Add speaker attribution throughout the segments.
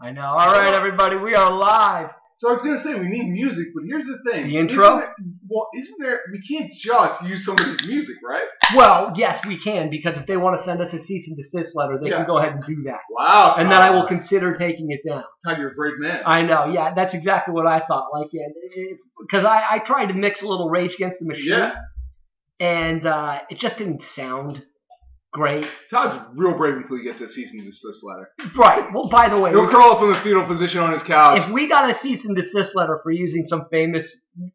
Speaker 1: I know. All right, everybody, we are live.
Speaker 2: So I was gonna say we need music, but here's the thing.
Speaker 1: The intro?
Speaker 2: Isn't it- well, isn't there? We can't just use somebody's music, right?
Speaker 1: Well, yes, we can because if they want to send us a cease and desist letter, they
Speaker 2: Yeah.
Speaker 1: can go ahead and do that,
Speaker 2: Wow.
Speaker 1: and then I will consider taking it down.
Speaker 2: Todd, you're a brave man.
Speaker 1: I know. Yeah, that's exactly what I thought. Like, because I, I tried to mix a little Rage Against the Machine,
Speaker 2: yeah.
Speaker 1: and uh, it just didn't sound great.
Speaker 2: Todd's real brave until he gets a cease and desist letter.
Speaker 1: Right. Well, by the way,
Speaker 2: He'll curl up in the fetal position on his couch.
Speaker 1: if we got a cease and desist letter for using some famous,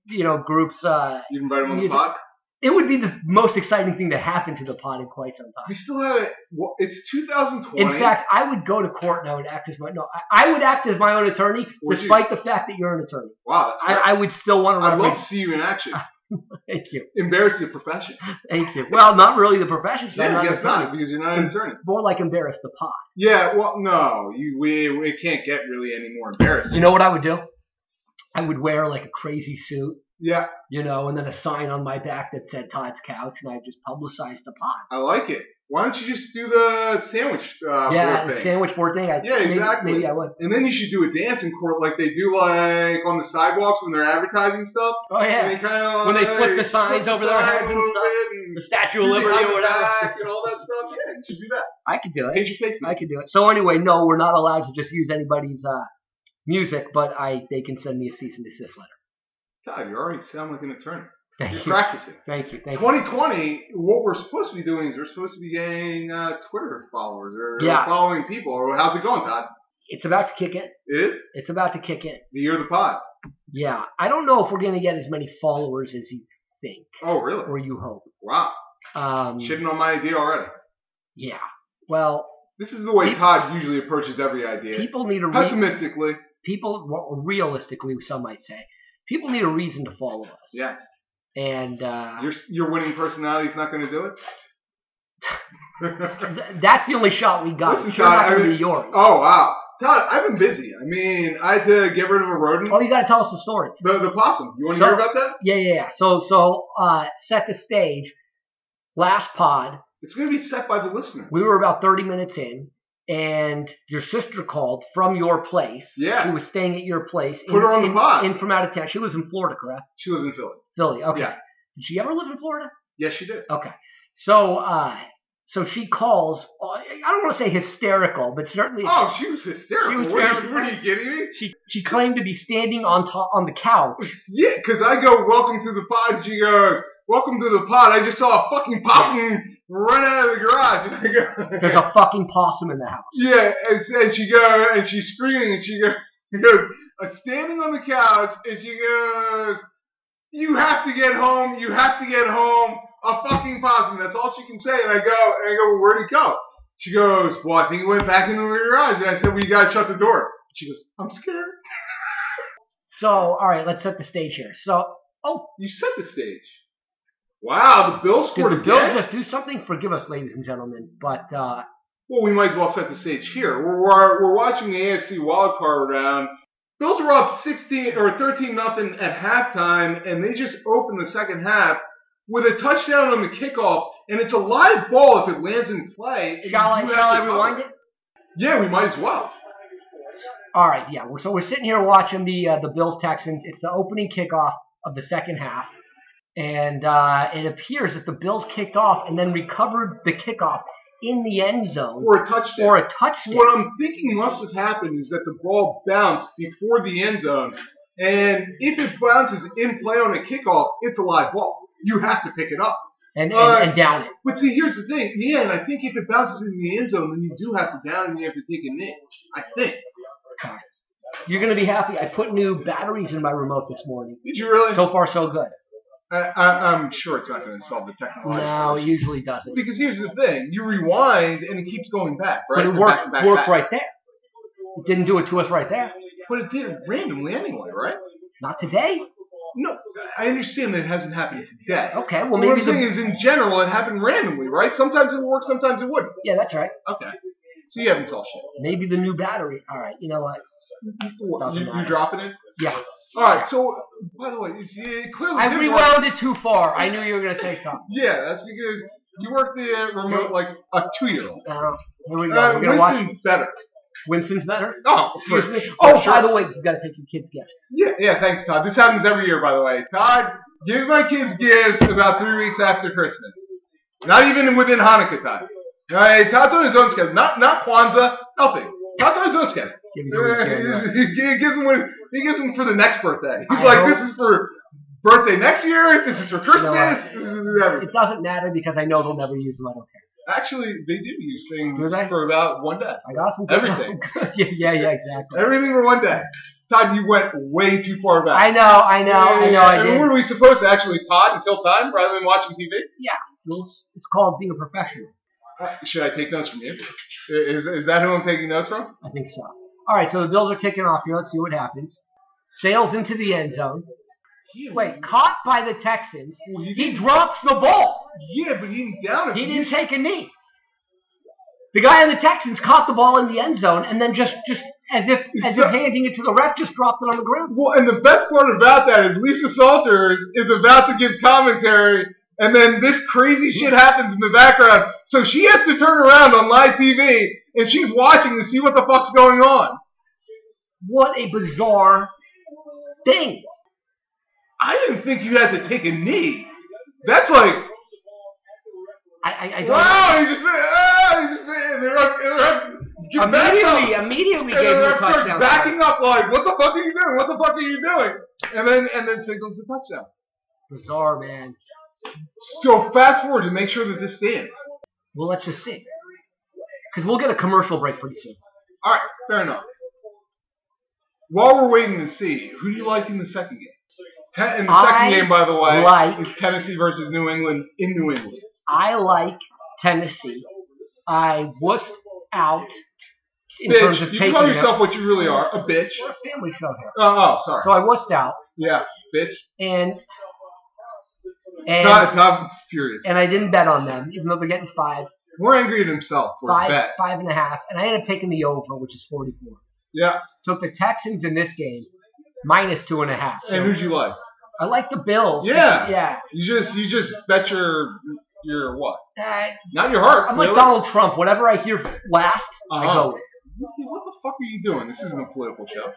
Speaker 1: you know, groups, uh,
Speaker 2: You invite him on the
Speaker 1: Music.
Speaker 2: pod.
Speaker 1: it would be the most exciting thing to happen to the pod in quite some time.
Speaker 2: We still have it. Well, it's 2020.
Speaker 1: In fact, I would go to court and I would act as my no, I, I would act as my own attorney,
Speaker 2: Would you?
Speaker 1: despite the fact that you're an attorney.
Speaker 2: wow, that's
Speaker 1: I,
Speaker 2: right.
Speaker 1: I would still want to
Speaker 2: I'd love
Speaker 1: represent.
Speaker 2: to see you in action.
Speaker 1: Thank you,
Speaker 2: Embarrass the profession.
Speaker 1: thank you. Well, not really the profession. 'cause
Speaker 2: Yeah, I
Speaker 1: I'm not
Speaker 2: guess
Speaker 1: an attorney.
Speaker 2: not because you're not an attorney.
Speaker 1: More like embarrass the pod.
Speaker 2: Yeah, well, no, you we it can't get really any more embarrassing.
Speaker 1: You know what I would do? I would wear like a crazy suit,
Speaker 2: yeah,
Speaker 1: you know, and then a sign on my back that said Todd's couch, and I just publicized the pod.
Speaker 2: I like it. Why don't you just do the sandwich uh,
Speaker 1: yeah,
Speaker 2: board
Speaker 1: the
Speaker 2: thing?
Speaker 1: sandwich board thing. I,
Speaker 2: Yeah,
Speaker 1: maybe-
Speaker 2: exactly.
Speaker 1: Maybe I would.
Speaker 2: And then you should do a dance in court like they do like on the sidewalks when they're advertising stuff.
Speaker 1: Oh
Speaker 2: And
Speaker 1: yeah,
Speaker 2: they kind of
Speaker 1: When they
Speaker 2: like,
Speaker 1: flip the signs over their
Speaker 2: Uh, sign
Speaker 1: heads
Speaker 2: a
Speaker 1: and
Speaker 2: little
Speaker 1: stuff.
Speaker 2: bit and
Speaker 1: the
Speaker 2: do
Speaker 1: Statue of
Speaker 2: the
Speaker 1: Liberty or whatever.
Speaker 2: back and all that stuff. Yeah, you should do that.
Speaker 1: I could do it.
Speaker 2: Paint your face.
Speaker 1: I could do it. So anyway, no, we're not allowed to just use anybody's uh, music, but I they can send me a cease and desist letter.
Speaker 2: God, you already sound like an attorney. You're
Speaker 1: Thank you,
Speaker 2: practicing.
Speaker 1: thank you, thank you.
Speaker 2: 2020, what we're supposed to be doing is we're supposed to be getting uh, Twitter followers or
Speaker 1: Yeah.
Speaker 2: following people. Or how's it going, Todd?
Speaker 1: It's about to kick in.
Speaker 2: It is
Speaker 1: It's about to kick in.
Speaker 2: the year of the pod.
Speaker 1: Yeah, I don't know if we're gonna get as many followers as you think
Speaker 2: Oh, really?
Speaker 1: or you hope.
Speaker 2: Wow.
Speaker 1: Um,
Speaker 2: Shitting on my idea already.
Speaker 1: yeah. Well,
Speaker 2: This is the way
Speaker 1: Pe-
Speaker 2: Todd usually approaches every idea.
Speaker 1: people need a re-
Speaker 2: Pessimistically,
Speaker 1: people well, realistically, some might say, people need a reason to follow us.
Speaker 2: yes.
Speaker 1: And uh,
Speaker 2: Your your winning personality's not going to do it.
Speaker 1: th- that's the only shot we got.
Speaker 2: Listen,
Speaker 1: It's sure not
Speaker 2: Todd, I
Speaker 1: gonna
Speaker 2: mean-
Speaker 1: be yours.
Speaker 2: oh wow, Todd, I've been busy. I mean, I had to get rid of a rodent.
Speaker 1: Oh, you gotta tell us the story.
Speaker 2: The the possum. You want to
Speaker 1: So-
Speaker 2: hear about that?
Speaker 1: Yeah, yeah, yeah. So, so uh, set the stage. Last pod,
Speaker 2: It's going to be set by the listener.
Speaker 1: we were about 30 minutes in, and your sister called from your place.
Speaker 2: Yeah.
Speaker 1: She was staying at your place.
Speaker 2: Put her on the
Speaker 1: in,
Speaker 2: pod.
Speaker 1: In from out of town. She was in Florida, correct?
Speaker 2: She lives in Philly.
Speaker 1: Philly. Okay.
Speaker 2: Yeah.
Speaker 1: Did she ever live in Florida?
Speaker 2: Yes, she did.
Speaker 1: Okay. So, uh, so she calls. uh, I don't want to say hysterical, but certainly
Speaker 2: Oh, she was hysterical.
Speaker 1: She was
Speaker 2: what, are
Speaker 1: very-
Speaker 2: you, what are you kidding me?
Speaker 1: she she claimed to be standing on top on the couch.
Speaker 2: Yeah, because I go, welcome to the pod. She goes, welcome to the pod. I just saw a fucking possum run out of the garage, and I go,
Speaker 1: There's a fucking possum in the house.
Speaker 2: Yeah, and, and she go and she's screaming and she go, goes uh, standing on the couch and she goes, "You have to get home. You have to get home. A fucking possum." That's all she can say. And I go and I go, well, "Where'd he go?" She goes, "Well, I think he went back into the garage." And I said, "We gotta shut the door." She goes, "I'm scared."
Speaker 1: So, all right, let's set the stage here. So, oh,
Speaker 2: You set the stage. Wow, the Bills
Speaker 1: Did
Speaker 2: scored
Speaker 1: the Bills
Speaker 2: again.
Speaker 1: just do something? Forgive us, ladies and gentlemen, but uh,
Speaker 2: Well, we might as well set the stage here. We're we're, we're watching the AFC wild card round. Bills were up 16 or 13 nothing at halftime, and they just opened the second half with a touchdown on the kickoff, and it's a live ball if it lands in play. and
Speaker 1: shall I
Speaker 2: you
Speaker 1: shall
Speaker 2: have to
Speaker 1: I
Speaker 2: cover.
Speaker 1: rewind it?
Speaker 2: Yeah, we might as well.
Speaker 1: All right, yeah. We're, so we're sitting here watching the uh, the Bills Texans. It's the opening kickoff of the second half, and uh, it appears that the Bills kicked off and then recovered the kickoff in the end zone
Speaker 2: Or a touchdown.
Speaker 1: for a touchdown.
Speaker 2: What I'm thinking must have happened is that the ball bounced before the end zone, and if it bounces in play on a kickoff, it's a live ball. You have to pick it up.
Speaker 1: and,
Speaker 2: Uh,
Speaker 1: and, and down it.
Speaker 2: But see, here's the thing. Yeah, and I think if it bounces in the end zone, then you do have to down and you have to take a nick. I think.
Speaker 1: You're gonna be happy. I put new batteries in my remote this morning.
Speaker 2: Did you really?
Speaker 1: So far, so good.
Speaker 2: I, I, I'm sure it's not going to solve the technology.
Speaker 1: No, it
Speaker 2: issue.
Speaker 1: usually doesn't.
Speaker 2: Because here's the thing. You rewind and it keeps going back, right?
Speaker 1: But it
Speaker 2: Back,
Speaker 1: worked
Speaker 2: back,
Speaker 1: worked
Speaker 2: back.
Speaker 1: right there. It didn't do it to us right there.
Speaker 2: But it did it randomly anyway, right?
Speaker 1: Not today.
Speaker 2: No, I understand that it hasn't happened today.
Speaker 1: Okay, Oh, well
Speaker 2: Well,
Speaker 1: maybe
Speaker 2: what I'm
Speaker 1: the
Speaker 2: saying is, in general, it happened randomly, right? Sometimes it worked, sometimes it wouldn't.
Speaker 1: Yeah, that's right.
Speaker 2: Okay. So you haven't solved shit.
Speaker 1: Maybe the new battery. All right, you know what? Doesn't
Speaker 2: You, you
Speaker 1: matter.
Speaker 2: dropping it?
Speaker 1: Yeah.
Speaker 2: All right. So, by the way, it's, it clearly
Speaker 1: I
Speaker 2: did work.
Speaker 1: rewound it too far. I knew you were going to say something.
Speaker 2: Yeah, that's because you work the uh, remote like a two year old.
Speaker 1: Uh, here we go.
Speaker 2: Uh,
Speaker 1: we're going to watch.
Speaker 2: Winston's better.
Speaker 1: Winston's better.
Speaker 2: Oh,
Speaker 1: Excuse
Speaker 2: for,
Speaker 1: me.
Speaker 2: Oh,
Speaker 1: Oh,
Speaker 2: sure.
Speaker 1: by the way, you got to take your kids' gifts.
Speaker 2: yeah, yeah. Thanks, Todd. This happens every year, by the way. Todd gives my kids gifts about three weeks after Christmas. Not even within Hanukkah time. All right, Todd's on his own schedule. Not not Kwanzaa. Nothing. Todd's on his own schedule.
Speaker 1: Give me your kids.
Speaker 2: he gi- gives him when he gives him for the next birthday. He's
Speaker 1: I
Speaker 2: like,
Speaker 1: know.
Speaker 2: this is for birthday next year. This is for Christmas.
Speaker 1: what?
Speaker 2: This is everything.
Speaker 1: It doesn't matter because I know they'll never use them. I don't care.
Speaker 2: Actually, they do use
Speaker 1: Do
Speaker 2: things
Speaker 1: they?
Speaker 2: for about one day.
Speaker 1: I got some.
Speaker 2: Everything.
Speaker 1: yeah, yeah, yeah, exactly.
Speaker 2: Everything for one day. Todd, you went way too far back.
Speaker 1: I know, I know, I know. I
Speaker 2: And
Speaker 1: did.
Speaker 2: were we supposed to actually pod and kill time rather than watching TV?
Speaker 1: Jules, It's called being a professional.
Speaker 2: Uh, Should I take notes from you? Is, is that who I'm taking notes from?
Speaker 1: I think so. All right, so the Bills are kicking off here. Let's see what happens. Sails into the end zone. Wait, caught by the Texans.
Speaker 2: Well, he
Speaker 1: He
Speaker 2: didn't,
Speaker 1: drops the ball.
Speaker 2: yeah, but he didn't down it.
Speaker 1: He didn't take a knee. The guy on the Texans caught the ball in the end zone and then just, just as if as if handing it to the ref, just dropped it on the ground.
Speaker 2: Well, and the best part about that is Lisa Salters is about to give commentary, and then this crazy shit happens in the background. So she has to turn around on live TV, and she's watching to see what the fuck's going on.
Speaker 1: What a bizarre thing.
Speaker 2: I didn't think you had to take a knee. That's like,
Speaker 1: I, I, I don't.
Speaker 2: wow, he just, ah, he just, and they're up, they're up, give back up.
Speaker 1: Immediately, immediately
Speaker 2: And then
Speaker 1: gave him a
Speaker 2: ref starts
Speaker 1: touchdown.
Speaker 2: backing up like, what the fuck are you doing? What the fuck are you doing? And then, and then signals the touchdown.
Speaker 1: Bizarre, man.
Speaker 2: So fast forward to make sure that this stands.
Speaker 1: Well, let's just see. Because we'll get a commercial break pretty soon.
Speaker 2: All right, fair enough. While we're waiting to see, who do you like in the second game? Ten, in the
Speaker 1: I
Speaker 2: second game, by the way,
Speaker 1: like-
Speaker 2: is Tennessee versus New England in New England.
Speaker 1: I like Tennessee. I wussed out in
Speaker 2: bitch,
Speaker 1: terms of
Speaker 2: you
Speaker 1: taking
Speaker 2: call
Speaker 1: it.
Speaker 2: yourself what you really are, a bitch.
Speaker 1: We're a family show here.
Speaker 2: Oh, oh sorry.
Speaker 1: So I wussed out
Speaker 2: yeah, bitch.
Speaker 1: and
Speaker 2: Todd,
Speaker 1: and
Speaker 2: Todd's furious.
Speaker 1: and I didn't bet on them, even though they're getting five,
Speaker 2: More angry at himself for his
Speaker 1: five,
Speaker 2: bet.
Speaker 1: five and a half, and I ended up taking the over, which is forty-four.
Speaker 2: Yeah,
Speaker 1: Took the Texans in this game, minus two and a half.
Speaker 2: and who'd you like?
Speaker 1: I like the Bills.
Speaker 2: Yeah.
Speaker 1: yeah.
Speaker 2: You just, you just bet your, your what?
Speaker 1: Uh,
Speaker 2: Not your heart.
Speaker 1: I'm like
Speaker 2: really.
Speaker 1: Donald Trump. Whatever I hear last, I
Speaker 2: Uh-huh.
Speaker 1: go with.
Speaker 2: Let's see, what the fuck are you doing? This isn't a political show.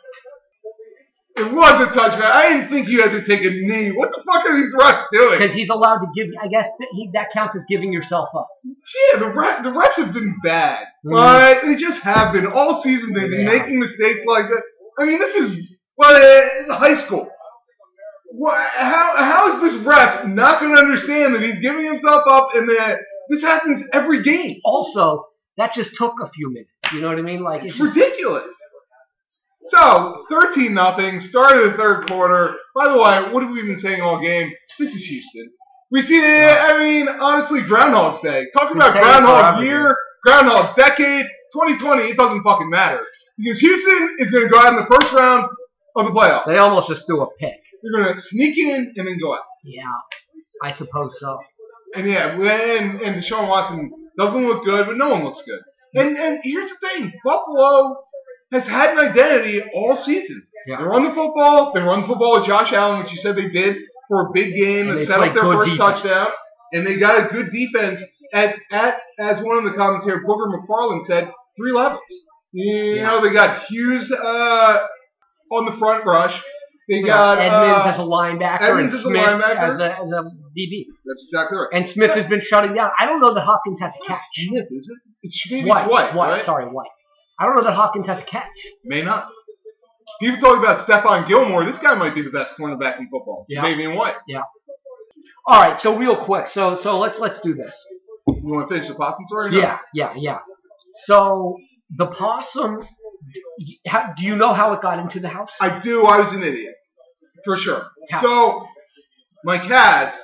Speaker 2: It was a touchdown. I didn't think you had to take a knee. What the fuck are these refs doing?
Speaker 1: because he's allowed to give. I guess that, he, that counts as giving yourself up.
Speaker 2: Yeah, the refs, the refs have been bad.
Speaker 1: Mhm.
Speaker 2: Like, they just have been all season. They've been
Speaker 1: Yeah.
Speaker 2: making mistakes like that. I mean, this is well, eh, it's high school. What, how how is this ref not going to understand that he's giving himself up and that this happens every game?
Speaker 1: Also, that just took a few minutes. You know what I mean? Like it's
Speaker 2: It's
Speaker 1: just,
Speaker 2: ridiculous. So, 13 nothing, start of the third quarter. By the way, what have we been saying all game? This is Houston. We see, I mean, honestly, Groundhog's Day. Talk
Speaker 1: Been
Speaker 2: about
Speaker 1: saying it
Speaker 2: Groundhog
Speaker 1: forever,
Speaker 2: Year, Groundhog Decade, 2020, it doesn't fucking matter. Because Houston is going to go out in the first round of the playoffs.
Speaker 1: they almost just threw a pick.
Speaker 2: They're going to sneak in and then go out.
Speaker 1: Yeah, I suppose so.
Speaker 2: And yeah, and, and Deshaun Watson doesn't look good, but no one looks good. And and here's the thing, Buffalo has had an identity all season.
Speaker 1: Yeah.
Speaker 2: They run the football, they run the football with Josh Allen, which you said they did for a big game
Speaker 1: And
Speaker 2: that
Speaker 1: they
Speaker 2: set up
Speaker 1: played
Speaker 2: their
Speaker 1: good
Speaker 2: first
Speaker 1: defense.
Speaker 2: touchdown. And they got a good defense at, at as one of the commentators, Booker McFarland said, three levels. You
Speaker 1: Yeah.
Speaker 2: know, they got Hughes uh, on the front rush. They got
Speaker 1: Edmonds
Speaker 2: uh,
Speaker 1: as a linebacker
Speaker 2: Edmonds
Speaker 1: and
Speaker 2: as a
Speaker 1: Smith
Speaker 2: linebacker.
Speaker 1: as a as a DB.
Speaker 2: that's exactly right.
Speaker 1: And Smith has been shutting down. I don't know that Hopkins has a
Speaker 2: It's not
Speaker 1: catch.
Speaker 2: Smith, is it? It's maybe
Speaker 1: White,
Speaker 2: it's White,
Speaker 1: White,
Speaker 2: right?
Speaker 1: sorry, White. I don't know that Hopkins has a catch.
Speaker 2: May not. People talk about Stephon Gilmore. This guy might be the best cornerback in football.
Speaker 1: Yeah.
Speaker 2: Davian White.
Speaker 1: All right, so real quick, so so let's let's do this.
Speaker 2: You want to finish the possum story? or no?
Speaker 1: Yeah, yeah, yeah. So the possum. d- how- Do you know how it got into the house?
Speaker 2: I do. I was an idiot. For sure.
Speaker 1: How?
Speaker 2: So, my cats,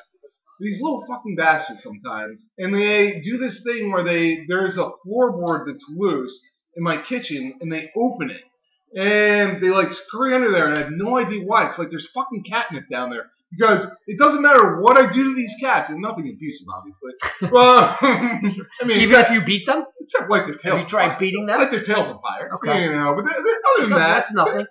Speaker 2: these little fucking bastards sometimes, and they do this thing where they there's a floorboard that's loose in my kitchen, and they open it. And they like scurry under there, and I have no idea why. It's like there's fucking catnip down there. Because it doesn't matter what I do to these cats, and nothing abusive, obviously. well, I mean,
Speaker 1: Even
Speaker 2: except,
Speaker 1: if you beat them,
Speaker 2: except like their
Speaker 1: have
Speaker 2: tails.
Speaker 1: you tried beating them?
Speaker 2: Like their tails on fire.
Speaker 1: Okay.
Speaker 2: You know, but th- th- other than
Speaker 1: No,
Speaker 2: that,
Speaker 1: that's nothing.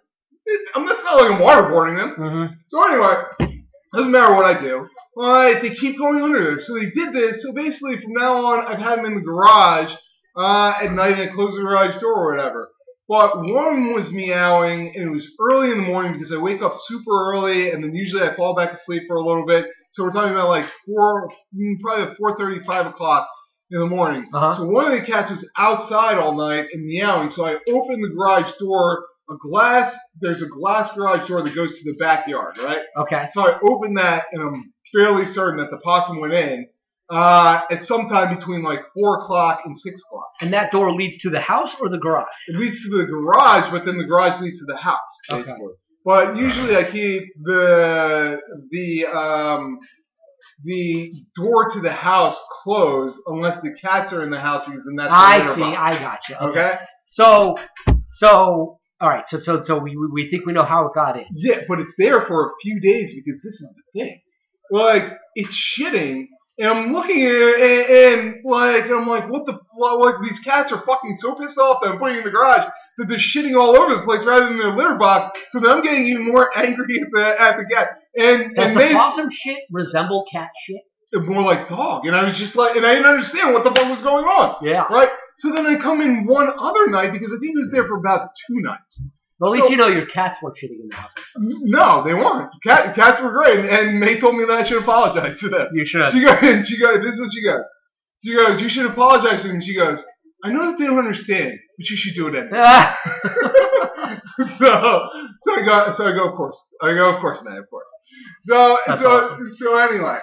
Speaker 2: I'm not, it's not like I'm waterboarding them.
Speaker 1: Mm-hmm.
Speaker 2: So anyway, doesn't matter what I do. But they keep going under there. So they did this. So basically, from now on, I've had them in the garage uh, at night, and I close the garage door or whatever. But one was meowing, and it was early in the morning because I wake up super early, and then usually I fall back asleep for a little bit. So we're talking about like four, mm, probably four thirty, five o'clock in the morning.
Speaker 1: Uh-huh.
Speaker 2: So one of the cats was outside all night and meowing. So I opened the garage door. A glass, there's a glass garage door that goes to the backyard, right?
Speaker 1: Okay.
Speaker 2: So I opened that, and I'm fairly certain that the possum went in uh, at sometime between like four o'clock and six o'clock.
Speaker 1: And that door leads to the house or the garage?
Speaker 2: It leads to the garage, but then the garage leads to the house,
Speaker 1: Okay.
Speaker 2: basically. But usually I keep the the um, the door to the house closed unless the cats are in the house because then that's the
Speaker 1: I
Speaker 2: litter
Speaker 1: see.
Speaker 2: box.
Speaker 1: I gotcha. Okay.
Speaker 2: okay.
Speaker 1: So, so, all right. So, so, so we, we- we think we know how it got in.
Speaker 2: Yeah, but it's there for a few days because this is the thing. Like it's shitting, and I'm looking at it, and, and like I'm like, what the fuck? Like these cats are fucking so pissed off that I'm putting it in the garage that they're shitting all over the place rather than their litter box. So then I'm getting even more angry at the at the cat, and
Speaker 1: Does
Speaker 2: and
Speaker 1: the
Speaker 2: they
Speaker 1: possum shit resemble cat shit?
Speaker 2: they're more like dog. And I was just like, and I didn't understand what the fuck was going on.
Speaker 1: Yeah.
Speaker 2: So then I come in one other night because I think it was there for about two nights.
Speaker 1: Well, at least
Speaker 2: So-
Speaker 1: you know your cats weren't shitting in the house.
Speaker 2: No, they weren't. Cat, cats were great, and, and May told me that I should apologize to them.
Speaker 1: You should.
Speaker 2: She goes, and she goes, this is what she goes. She goes, you should apologize to them. And she goes, I know that they don't understand, but you should do it anyway.
Speaker 1: Ah,
Speaker 2: so, so I go, so I go, of course, I go, of course, man, of course. So,
Speaker 1: That's
Speaker 2: so,
Speaker 1: awesome.
Speaker 2: so anyway,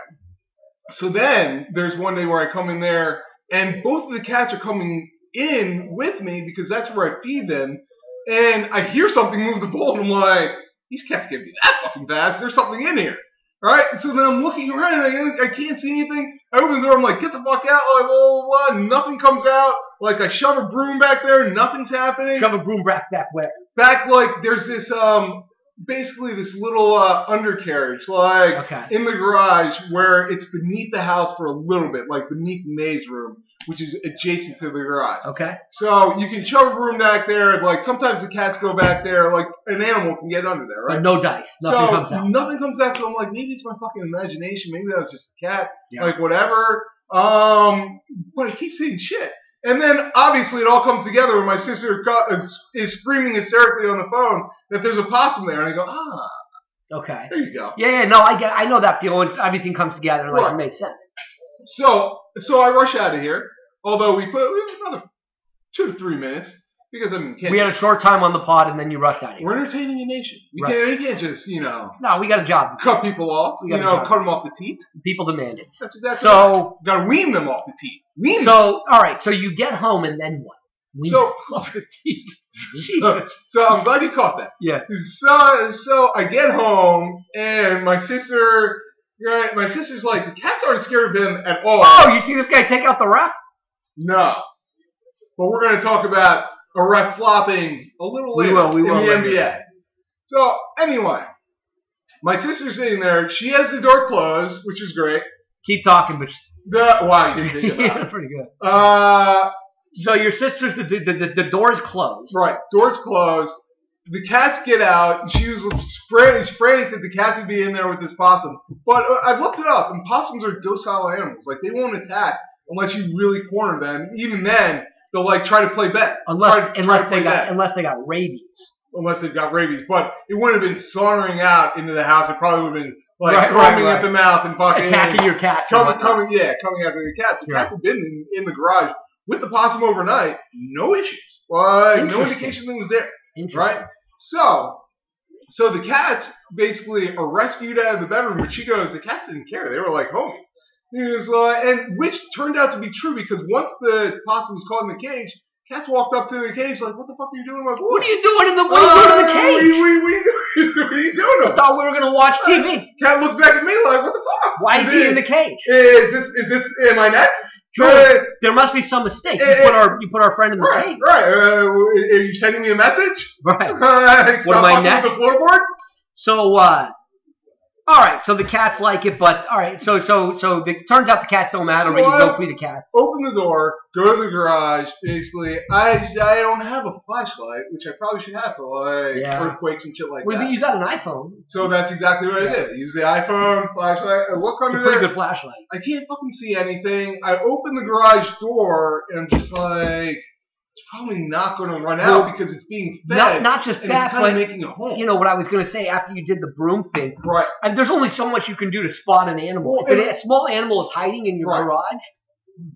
Speaker 2: so then there's one day where I come in there, and both of the cats are coming in with me because that's where I feed them, and I hear something move the bowl, and I'm like, these cats can't be that fucking fast. There's something in here. All right, so then I'm looking around and I, I can't see anything. I open the door. I'm like, get the fuck out! Like, blah, blah, blah. Nothing comes out. Like, I shove a broom back there. Nothing's happening
Speaker 1: Shove a broom rack back where?
Speaker 2: back like there's this um basically this little uh, undercarriage like
Speaker 1: Okay.
Speaker 2: in the garage where it's beneath the house for a little bit like beneath May's room which is adjacent to the garage
Speaker 1: Okay.
Speaker 2: so you can shove a room back there like sometimes the cats go back there like an animal can get under there right
Speaker 1: But no dice. Nothing
Speaker 2: so
Speaker 1: comes out.
Speaker 2: nothing comes out. So I'm like, maybe it's my fucking imagination. Maybe that was just a cat.
Speaker 1: Yeah.
Speaker 2: Like whatever. Um, but I keep seeing shit. And then obviously it all comes together when my sister co- is- is screaming hysterically on the phone that there's a possum there, and I go, ah,
Speaker 1: Okay.
Speaker 2: there you go.
Speaker 1: Yeah, yeah, no, I get, I know that feeling. Everything comes together, like
Speaker 2: Right.
Speaker 1: it makes sense.
Speaker 2: So so I rush out of here. Although we put we have another two to three minutes because I'm kidding.
Speaker 1: We had a short time on the pod, and then you rushed out of here.
Speaker 2: We're entertaining a nation. We
Speaker 1: Right.
Speaker 2: can't we can't just you know
Speaker 1: No, we got a job.
Speaker 2: cut people off.
Speaker 1: We
Speaker 2: You
Speaker 1: gotta
Speaker 2: know,
Speaker 1: go.
Speaker 2: cut them off the teeth.
Speaker 1: People demand it.
Speaker 2: That's exactly. right.
Speaker 1: So,
Speaker 2: gotta wean them off the teeth. Wean
Speaker 1: so, all right. So you get home, and then what? We
Speaker 2: So-
Speaker 1: lost the teeth.
Speaker 2: so, so I'm glad you caught that.
Speaker 1: Yeah.
Speaker 2: So so I get home and my sister, right, my sister's like the cats aren't scared of him at all.
Speaker 1: Oh, you see this guy take out the ref?
Speaker 2: No, but we're gonna talk about a ref flopping a little
Speaker 1: We
Speaker 2: later
Speaker 1: will, we will
Speaker 2: in the
Speaker 1: later.
Speaker 2: NBA. So anyway, my sister's sitting there. She has the door closed, which is great.
Speaker 1: Keep talking, but
Speaker 2: The wow, you didn't think about it.
Speaker 1: yeah, pretty good.
Speaker 2: Uh,
Speaker 1: So your sister's the the, the, the door is closed.
Speaker 2: Right, doors closed. The cats get out. and She was frantic, frantic that the cats would be in there with this possum. But uh, I've looked it up, and possums are docile animals. Like they won't attack unless you really corner them. Even then, they'll like try to play back.
Speaker 1: Unless
Speaker 2: try, to-
Speaker 1: unless
Speaker 2: try to
Speaker 1: they
Speaker 2: play
Speaker 1: got
Speaker 2: back,
Speaker 1: unless they got rabies.
Speaker 2: unless they've got rabies. But it wouldn't have been sauntering out into the house. It probably would have been like
Speaker 1: Right, right,
Speaker 2: foaming
Speaker 1: right.
Speaker 2: at the mouth and fucking
Speaker 1: Attacking your cat. and
Speaker 2: coming,
Speaker 1: whatnot.
Speaker 2: coming, yeah, coming after the cats. The
Speaker 1: Yeah.
Speaker 2: cats have been in, in the garage with the possum overnight. No issues. Like no
Speaker 1: Interesting.
Speaker 2: indication that it was there.
Speaker 1: Interesting.
Speaker 2: right? So, so the cats basically are rescued out of the bedroom, but she goes, the cats didn't care. They were like homies. He was like, and which turned out to be true because once the possum was caught in the cage, cats walked up to the cage like, "What the fuck are you doing, to my boy?
Speaker 1: What are you doing in the what are you doing in the
Speaker 2: Uh,
Speaker 1: cage?
Speaker 2: We, we, we, what are you doing? to
Speaker 1: I
Speaker 2: him?
Speaker 1: thought we were gonna watch TV.
Speaker 2: Cat looked back at me like, "What the fuck?
Speaker 1: Why is he in the cage?
Speaker 2: Is this? Is this? Am I next?
Speaker 1: Sure. There must be some mistake. You
Speaker 2: Eh,
Speaker 1: put
Speaker 2: eh.
Speaker 1: our you put our friend in the
Speaker 2: right,
Speaker 1: cage.
Speaker 2: right. Uh, are you sending me a message?
Speaker 1: Right.
Speaker 2: Stop
Speaker 1: What am I
Speaker 2: fucking with
Speaker 1: next?
Speaker 2: The floorboard?
Speaker 1: So uh all right, so the cats like it, but all right, so so so the, turns out the cats don't matter, but you
Speaker 2: So
Speaker 1: go
Speaker 2: I-
Speaker 1: free the cats.
Speaker 2: open the door, go to the garage. Basically, I I don't have a flashlight, which I probably should have for like
Speaker 1: Yeah.
Speaker 2: earthquakes and shit like
Speaker 1: Well,
Speaker 2: that.
Speaker 1: you got an iPhone.
Speaker 2: so that's exactly what I
Speaker 1: Yeah.
Speaker 2: did. Use the iPhone, flashlight. I look
Speaker 1: It's
Speaker 2: under
Speaker 1: a pretty
Speaker 2: there.
Speaker 1: good flashlight.
Speaker 2: I can't fucking see anything. I open the garage door and I'm just like, it's probably not going to run out
Speaker 1: Well,
Speaker 2: because it's being fed
Speaker 1: Not, not just
Speaker 2: and it's
Speaker 1: that,
Speaker 2: kind of
Speaker 1: but
Speaker 2: making a home.
Speaker 1: you know what I was going to say after you did the broom thing.
Speaker 2: right.
Speaker 1: And there's only so much you can do to spot an animal.
Speaker 2: Well,
Speaker 1: If
Speaker 2: and-
Speaker 1: a small animal is hiding in your
Speaker 2: Right.
Speaker 1: garage,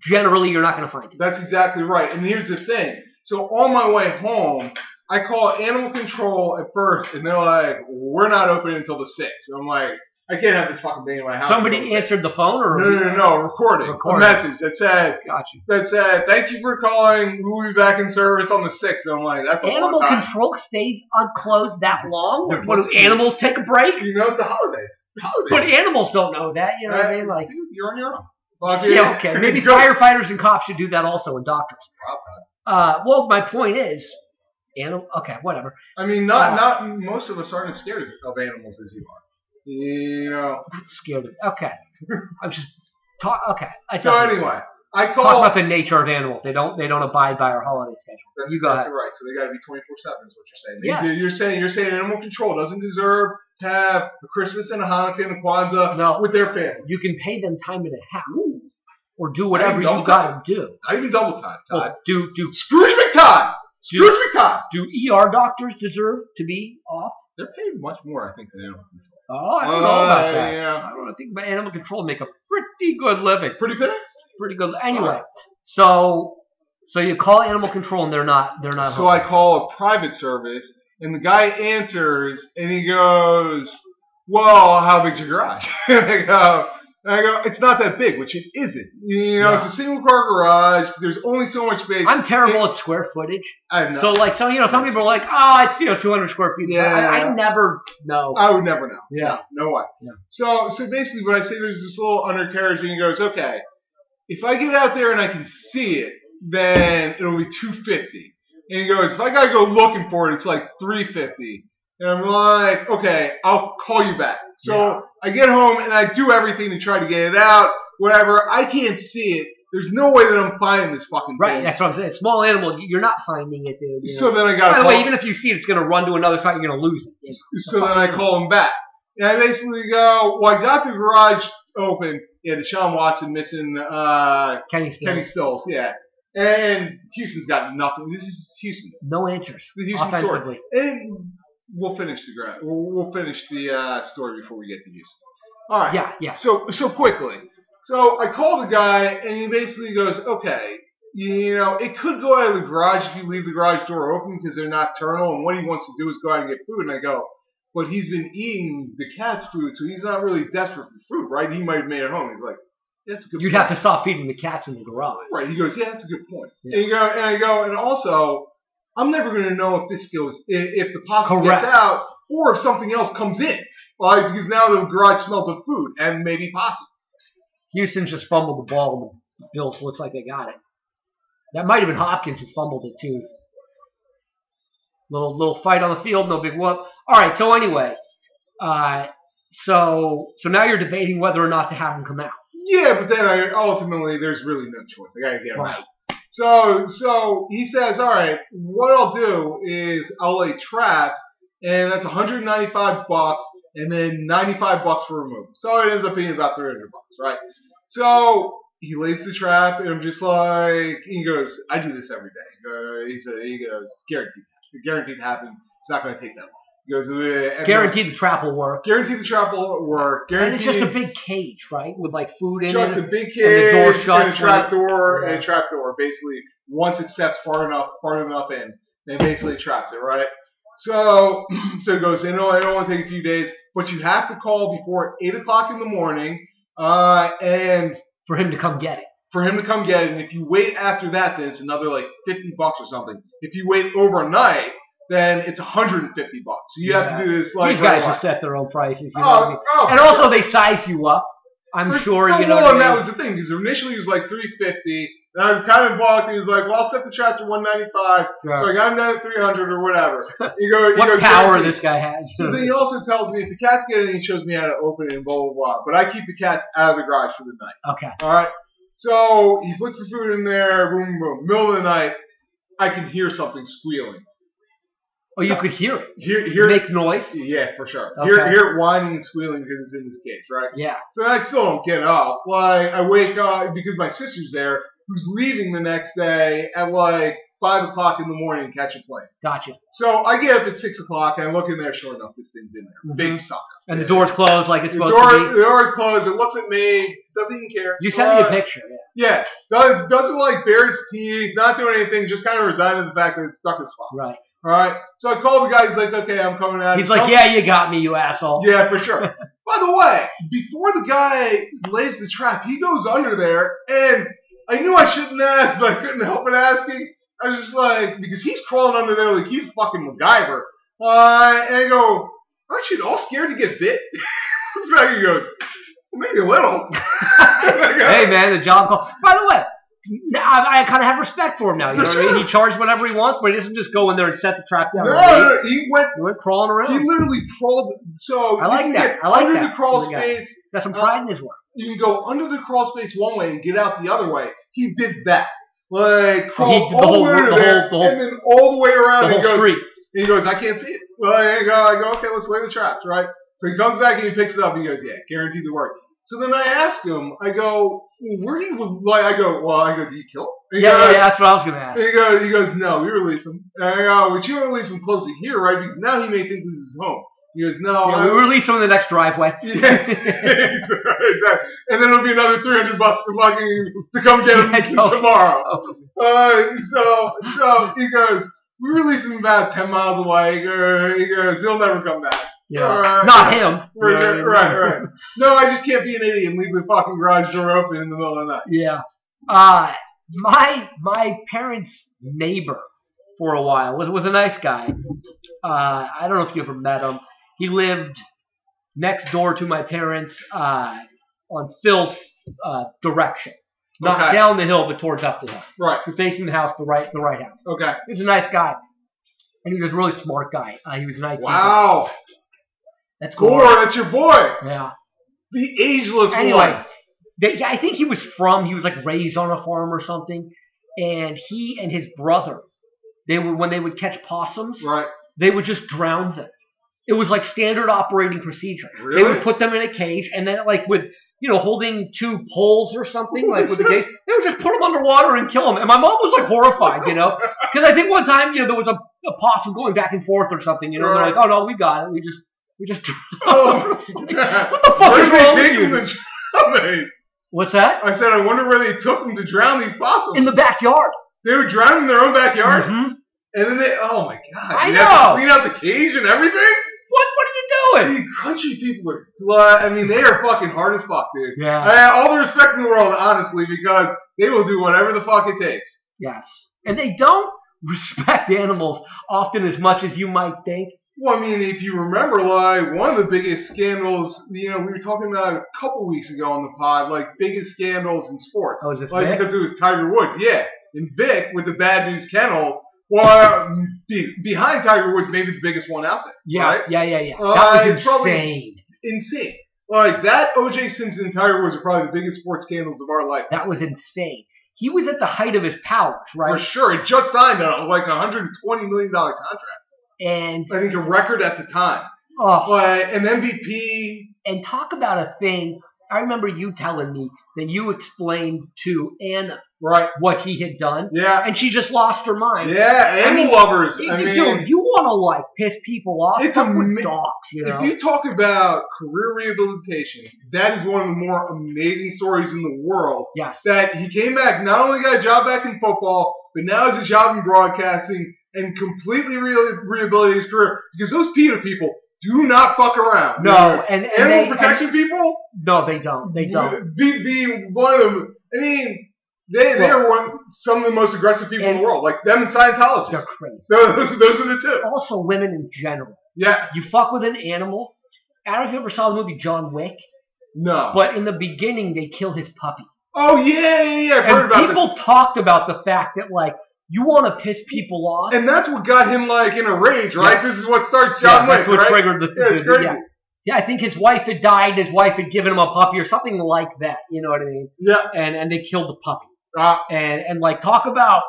Speaker 1: generally you're not going to find it.
Speaker 2: That's exactly right. And here's the thing. So on my way home, I call animal control at first, and they're like, "We're not open until the 6th. And I'm like, "I can't have this fucking thing in my house."
Speaker 1: Somebody
Speaker 2: until the 6th.
Speaker 1: answered the phone, or
Speaker 2: No, no, no, no. Recording.
Speaker 1: Recording.
Speaker 2: A message that said,
Speaker 1: Got you.
Speaker 2: that said, thank you for calling. We'll be back in service on the 6th. And I'm like, that's a
Speaker 1: Animal
Speaker 2: long time.
Speaker 1: control stays unclosed that long.
Speaker 2: Yeah,
Speaker 1: What do
Speaker 2: what's-
Speaker 1: animals take a break?
Speaker 2: you know, it's the holidays. It's the
Speaker 1: But
Speaker 2: holidays.
Speaker 1: animals don't know that. You know what I mean? Like,
Speaker 2: Dude, you're on your own. Fuck it.
Speaker 1: yeah, okay. Maybe
Speaker 2: Go.
Speaker 1: firefighters and cops should do that also, and doctors. Uh, well, my point is, animal. Okay, whatever.
Speaker 2: I mean, not
Speaker 1: Uh,
Speaker 2: not most of us aren't as scared of animals as you are. You know.
Speaker 1: That's scary. Okay, I'm just talk. Okay, I
Speaker 2: So anyway, I
Speaker 1: talk
Speaker 2: call.
Speaker 1: about the nature of animals. They don't. They don't abide by our holiday schedule.
Speaker 2: That's
Speaker 1: you go
Speaker 2: exactly right. So they got to be twenty four seven is what you're saying. They-
Speaker 1: Yes.
Speaker 2: You're saying you're saying animal control doesn't deserve to have a Christmas and a Hanukkah and a Kwanzaa
Speaker 1: No.
Speaker 2: with their family.
Speaker 1: You can pay them time and a half,
Speaker 2: Ooh,
Speaker 1: or do whatever you
Speaker 2: don't
Speaker 1: got to do.
Speaker 2: not even double time, Todd.
Speaker 1: Well, do do
Speaker 2: Scrooge McTodd.
Speaker 1: do
Speaker 2: Scrooge McTodd.
Speaker 1: do ER doctors deserve to be off?
Speaker 2: They're paid much more, I think, than animal control.
Speaker 1: Oh, I don't know about
Speaker 2: Uh,
Speaker 1: that.
Speaker 2: yeah.
Speaker 1: I don't know. I think about animal control make a pretty good living.
Speaker 2: Pretty penny.
Speaker 1: Pretty good.
Speaker 2: Uh-huh.
Speaker 1: Anyway, so so you call animal control and they're not they're not.
Speaker 2: So I call a private service, and the guy answers, and he goes, "Well, how big's your garage?" and I go, and I go, "It's not that big, which it isn't. You know, it's a single car garage. There's only so much space.
Speaker 1: I'm terrible at square footage.
Speaker 2: I have no,
Speaker 1: So like so you know some people are like oh it's you know 200 square feet.
Speaker 2: Yeah. Uh,
Speaker 1: I, I never know.
Speaker 2: I would never know.
Speaker 1: yeah.
Speaker 2: No way.
Speaker 1: Yeah.
Speaker 2: So, so basically, when I say there's this little undercarriage, and he goes, "Okay, if I get out there and I can see it, then it'll be 250." And he goes, "If I gotta go looking for it, it's like 350." And I'm like, "Okay, I'll call you back." So
Speaker 1: Yeah.
Speaker 2: I get home and I do everything to try to get it out. Whatever. I can't see it. There's no way that I'm finding this fucking
Speaker 1: Right.
Speaker 2: thing.
Speaker 1: That's what I'm saying. Small animal, you're not finding it, dude. you
Speaker 2: So
Speaker 1: know.
Speaker 2: then I gotta.
Speaker 1: By the
Speaker 2: call.
Speaker 1: way, even if you see it, it's gonna run to another site. You're gonna lose it. It's-
Speaker 2: So then I call him back. And I basically go, well, I got the garage open. Yeah, Deshaun Watson missing uh,
Speaker 1: Kenny Stills.
Speaker 2: Kenny Stills. Yeah. And Houston's got nothing. This is Houston.
Speaker 1: No answers.
Speaker 2: The Houston story.
Speaker 1: offensively.
Speaker 2: And we'll finish the gra- we'll, we'll finish the uh, story before we get to Houston. All right.
Speaker 1: Yeah. Yeah.
Speaker 2: So so quickly. So I call the guy and he basically goes, okay, you know, it could go out of the garage if you leave the garage door open because they're nocturnal, and what he wants to do is go out and get food. And I go, but he's been eating the cat's food, so he's not really desperate for food, right? He might have made it home. He's like, that's a good.
Speaker 1: You'd
Speaker 2: point.
Speaker 1: have to stop feeding the cats in the garage.
Speaker 2: Right. He goes, yeah, that's a good point.
Speaker 1: Yeah.
Speaker 2: And you go, and I go, and also, I'm never going to know if this goes, if, if the possum
Speaker 1: Correct.
Speaker 2: gets out, or if something else comes in, right? Because now the garage smells of food and maybe possum.
Speaker 1: Houston just fumbled the ball, and the Bills looks like they got it. That might have been Hopkins who fumbled it too. Little little fight on the field, no big whoop. All right, so anyway, uh, so so now you're debating whether or not to have him come out.
Speaker 2: Yeah, but then I ultimately there's really no choice. I got to get him
Speaker 1: Right.
Speaker 2: out. So so he says, all right, what I'll do is I'll lay traps, and that's 195 bucks, and then 95 bucks for removal. So it ends up being about 300 bucks, right? So he lays the trap, and I'm just like, he goes, I do this every day. Uh, he said, he goes, guaranteed, guaranteed to happen. It's not going to take that long. He goes, "Uh, and-
Speaker 1: Guaranteed the trap will work.
Speaker 2: guaranteed the trap will work.
Speaker 1: And
Speaker 2: Guaranteed
Speaker 1: it's just a big cage, right, with like food in
Speaker 2: just a
Speaker 1: it.
Speaker 2: big
Speaker 1: the
Speaker 2: cage
Speaker 1: door
Speaker 2: and,
Speaker 1: shut
Speaker 2: a
Speaker 1: when
Speaker 2: trap
Speaker 1: it-
Speaker 2: door and
Speaker 1: yeah.
Speaker 2: a trap door. Basically, once it steps far enough, far enough in, they basically traps it, right? So, so it goes. You know, it only take a few days, but you have to call before eight o'clock in the morning, uh, and
Speaker 1: for him to come get it.
Speaker 2: for him to come get it. And if you wait after that, then it's another like fifty bucks or something. If you wait overnight, then it's hundred and fifty bucks. So you have to do this like.
Speaker 1: These guys
Speaker 2: right
Speaker 1: just set their own prices, you know. what I mean?
Speaker 2: away. oh,
Speaker 1: And also they size you up. I'm
Speaker 2: For-
Speaker 1: sure
Speaker 2: well,
Speaker 1: you know.
Speaker 2: well,
Speaker 1: what I
Speaker 2: and that
Speaker 1: mean?
Speaker 2: was the thing because initially he was like 350, and I was kind of balked. and He was like, "Well, I'll set the traps at 195."
Speaker 1: Yeah.
Speaker 2: So I got him down at 300 or whatever. You go, you
Speaker 1: what
Speaker 2: go,
Speaker 1: power
Speaker 2: "Guaranteed."
Speaker 1: this guy has.
Speaker 2: So then he also tells me if the cats get in, he shows me how to open it and blah blah blah. But I keep the cats out of the garage for the night.
Speaker 1: okay.
Speaker 2: All right. So he puts the food in there. Boom, boom. Middle of the night, I can hear something squealing.
Speaker 1: Oh, you could hear it.
Speaker 2: Here, here.
Speaker 1: Make noise.
Speaker 2: yeah, for sure.
Speaker 1: Okay.
Speaker 2: Hear, hear it whining and squealing because it's in this cage, right?
Speaker 1: Yeah.
Speaker 2: So I still don't get up. Like I wake up because my sister's there, who's leaving the next day at like five o'clock in the morning and catch a plane.
Speaker 1: Gotcha.
Speaker 2: So I get up at six o'clock and I look in there. Sure enough, this thing's in there.
Speaker 1: Mhm.
Speaker 2: Big sucker.
Speaker 1: And the door's closed like it's
Speaker 2: The
Speaker 1: supposed
Speaker 2: door,
Speaker 1: to be.
Speaker 2: the door is closed. It looks at me. It Doesn't even care.
Speaker 1: You sent me a
Speaker 2: Uh,
Speaker 1: picture. Yeah.
Speaker 2: Yeah, does, doesn't like bare its teeth, not doing anything, just kind of resigned to the fact that it's stuck as fuck.
Speaker 1: Right.
Speaker 2: All right. So I called the guy. He's like, okay, I'm coming out.
Speaker 1: He's like,
Speaker 2: coming-
Speaker 1: yeah, you got me, you asshole.
Speaker 2: yeah, for sure. By the way, before the guy lays the trap, he goes under there, and I knew I shouldn't ask, but I couldn't help but asking. I was just like, because he's crawling under there like he's fucking MacGyver. Uh, and I go, aren't you all scared to get bit? so he goes, well, maybe a little. uh, I go,
Speaker 1: Hey, man, the job call. By the way, now I, I kind of have respect for him now. You
Speaker 2: For
Speaker 1: know what I mean?
Speaker 2: sure.
Speaker 1: He charges whatever he wants, but he doesn't just go in there and set the trap
Speaker 2: No,
Speaker 1: down.
Speaker 2: no, no, he went
Speaker 1: He went crawling
Speaker 2: He
Speaker 1: around.
Speaker 2: literally crawled. So
Speaker 1: I like
Speaker 2: you can
Speaker 1: that.
Speaker 2: get
Speaker 1: I like
Speaker 2: under
Speaker 1: that
Speaker 2: the crawl
Speaker 1: from the guy.
Speaker 2: space.
Speaker 1: Got some pride in his work.
Speaker 2: You can go under the crawl space one way and get out the other way. He did that. Like
Speaker 1: Oh, did
Speaker 2: crawled
Speaker 1: the
Speaker 2: all the
Speaker 1: whole
Speaker 2: way
Speaker 1: route,
Speaker 2: under
Speaker 1: the
Speaker 2: there
Speaker 1: whole- the whole-
Speaker 2: and then all the way around. and
Speaker 1: The
Speaker 2: he
Speaker 1: whole
Speaker 2: goes.
Speaker 1: street.
Speaker 2: And he goes. I can't see it. Well, I go. I go. Okay, let's lay the traps, right? So he comes back and he picks it up. And he goes, yeah, guaranteed to work. So then I ask him. I go, where do you like? I go, well, I go, do you kill? him? He
Speaker 1: Yeah,
Speaker 2: goes,
Speaker 1: yeah, that's what I was gonna ask.
Speaker 2: and he goes, he goes, no, we release him. And I go, "Oh, but you don't release him close to here, right? Because now he may think this is his home. He goes, no,
Speaker 1: Yeah,
Speaker 2: I-
Speaker 1: we release him in the next driveway.
Speaker 2: yeah, exactly. And then it'll be another 300 bucks to fucking to come get him
Speaker 1: Yeah, I know.
Speaker 2: tomorrow. Uh, so, so he goes, we release him about 10 miles away. He go- he goes, he'll never come back. All
Speaker 1: Yeah,
Speaker 2: right.
Speaker 1: not him.
Speaker 2: We're-
Speaker 1: You know what I mean?
Speaker 2: right, right. No, I just can't be an idiot and leave the fucking garage door open in the middle of the night.
Speaker 1: Yeah. Uh, my my parents' neighbor for a while was was a nice guy. Uh, I don't know if you ever met him. He lived next door to my parents uh, on Phil's uh, direction, not
Speaker 2: Okay.
Speaker 1: down the hill but towards up the hill.
Speaker 2: Right.
Speaker 1: You're facing the house, the right the right house.
Speaker 2: Okay.
Speaker 1: He was a nice guy, and he was a really smart guy. Uh, he was an IT. guy.
Speaker 2: Wow.
Speaker 1: that's cool.
Speaker 2: Gore, that's your boy.
Speaker 1: Yeah.
Speaker 2: The ageless
Speaker 1: anyway,
Speaker 2: one.
Speaker 1: they, yeah, I think he was from. He was like raised on a farm or something, and he and his brother, they were when they would catch possums,
Speaker 2: Right.
Speaker 1: they would just drown them. It was like standard operating procedure. They
Speaker 2: Really?
Speaker 1: would put them in a cage, and then like with you know holding two poles or something like with a cage, they would just put them underwater and kill them. And my mom was like horrified, you know, because I think one time you know there was a, a possum going back and forth or something, you know, and
Speaker 2: Right.
Speaker 1: they're like, oh no, we got it, we just we just.
Speaker 2: Oh.
Speaker 1: What the fuck
Speaker 2: Where
Speaker 1: is
Speaker 2: did they
Speaker 1: wrong
Speaker 2: take
Speaker 1: with
Speaker 2: him
Speaker 1: you?
Speaker 2: to drown these?
Speaker 1: What's that?
Speaker 2: I said, I wonder where they took them to drown these possums.
Speaker 1: In the backyard.
Speaker 2: They were drowning in their own backyard,
Speaker 1: Mhm.
Speaker 2: and then they, oh my god,
Speaker 1: I
Speaker 2: you have
Speaker 1: know.
Speaker 2: to clean out the cage and everything.
Speaker 1: What? What are you doing?
Speaker 2: These country people are, well, I mean, they are fucking hard as fuck, dude.
Speaker 1: Yeah.
Speaker 2: I have all the respect in the world, honestly, because they will do whatever the fuck it takes.
Speaker 1: Yes. And they don't respect animals often as much as you might think.
Speaker 2: Well, I mean, if you remember, like one of the biggest scandals, you know, we were talking about a couple weeks ago on the pod, like biggest scandals in sports,
Speaker 1: Oh, is this
Speaker 2: like
Speaker 1: Vic?
Speaker 2: because it was Tiger Woods, yeah, and Vic with the bad news kennel. Well, be, behind Tiger Woods, maybe the biggest one out there.
Speaker 1: Yeah,
Speaker 2: right?
Speaker 1: yeah, yeah, yeah.
Speaker 2: Uh,
Speaker 1: that was
Speaker 2: it's probably-
Speaker 1: insane.
Speaker 2: insane. Like that OJ Simpson and Tiger Woods are probably the biggest sports scandals of our life.
Speaker 1: That was insane. He was at the height of his powers,
Speaker 2: For
Speaker 1: right?
Speaker 2: sure. It just signed a like a hundred and twenty million dollar contract.
Speaker 1: And
Speaker 2: I think a record at the time.
Speaker 1: oh,
Speaker 2: Like an MVP
Speaker 1: and talk about a thing. I remember you telling me that you explained to Anna
Speaker 2: right.
Speaker 1: what he had done,
Speaker 2: Yeah.
Speaker 1: and she just lost her mind.
Speaker 2: Yeah,
Speaker 1: I
Speaker 2: animal
Speaker 1: mean,
Speaker 2: lovers.
Speaker 1: Dude,
Speaker 2: I mean
Speaker 1: dude, you want to like piss people off?
Speaker 2: It's
Speaker 1: Fuck with
Speaker 2: ama-
Speaker 1: dogs, you know.
Speaker 2: if you talk about career rehabilitation, that is one of the more amazing stories in the world.
Speaker 1: yes.
Speaker 2: That he came back, not only got a job back in football, but now has a job in broadcasting and completely re- rehabilitated his career because those PETA people do not fuck around.
Speaker 1: No, and, and
Speaker 2: Animal
Speaker 1: they,
Speaker 2: protection people?
Speaker 1: and- no, they don't. They don't.
Speaker 2: The, the one of them. I mean, they they are one, some of the most aggressive people in
Speaker 1: And-
Speaker 2: the world, like them and Scientologists.
Speaker 1: They're crazy.
Speaker 2: So those, those are the two.
Speaker 1: Also, women in general.
Speaker 2: Yeah.
Speaker 1: You fuck with an animal. I don't know if you ever saw the movie John Wick,
Speaker 2: No.
Speaker 1: but in the beginning they kill his puppy.
Speaker 2: oh yeah, yeah, yeah. I've heard
Speaker 1: And
Speaker 2: about
Speaker 1: people talked about the fact that like you want to piss people off.
Speaker 2: this. And that's what got him like in a rage, right?
Speaker 1: Yes.
Speaker 2: This is what starts
Speaker 1: Yeah,
Speaker 2: John
Speaker 1: that's
Speaker 2: Wick,
Speaker 1: what
Speaker 2: right?
Speaker 1: triggered the,
Speaker 2: Yeah, it's
Speaker 1: the-
Speaker 2: crazy.
Speaker 1: yeah. Yeah, I think his wife had died. His wife had given him a puppy or something like that. You know what I mean?
Speaker 2: Yeah.
Speaker 1: And and they killed the puppy.
Speaker 2: Ah.
Speaker 1: And and like talk about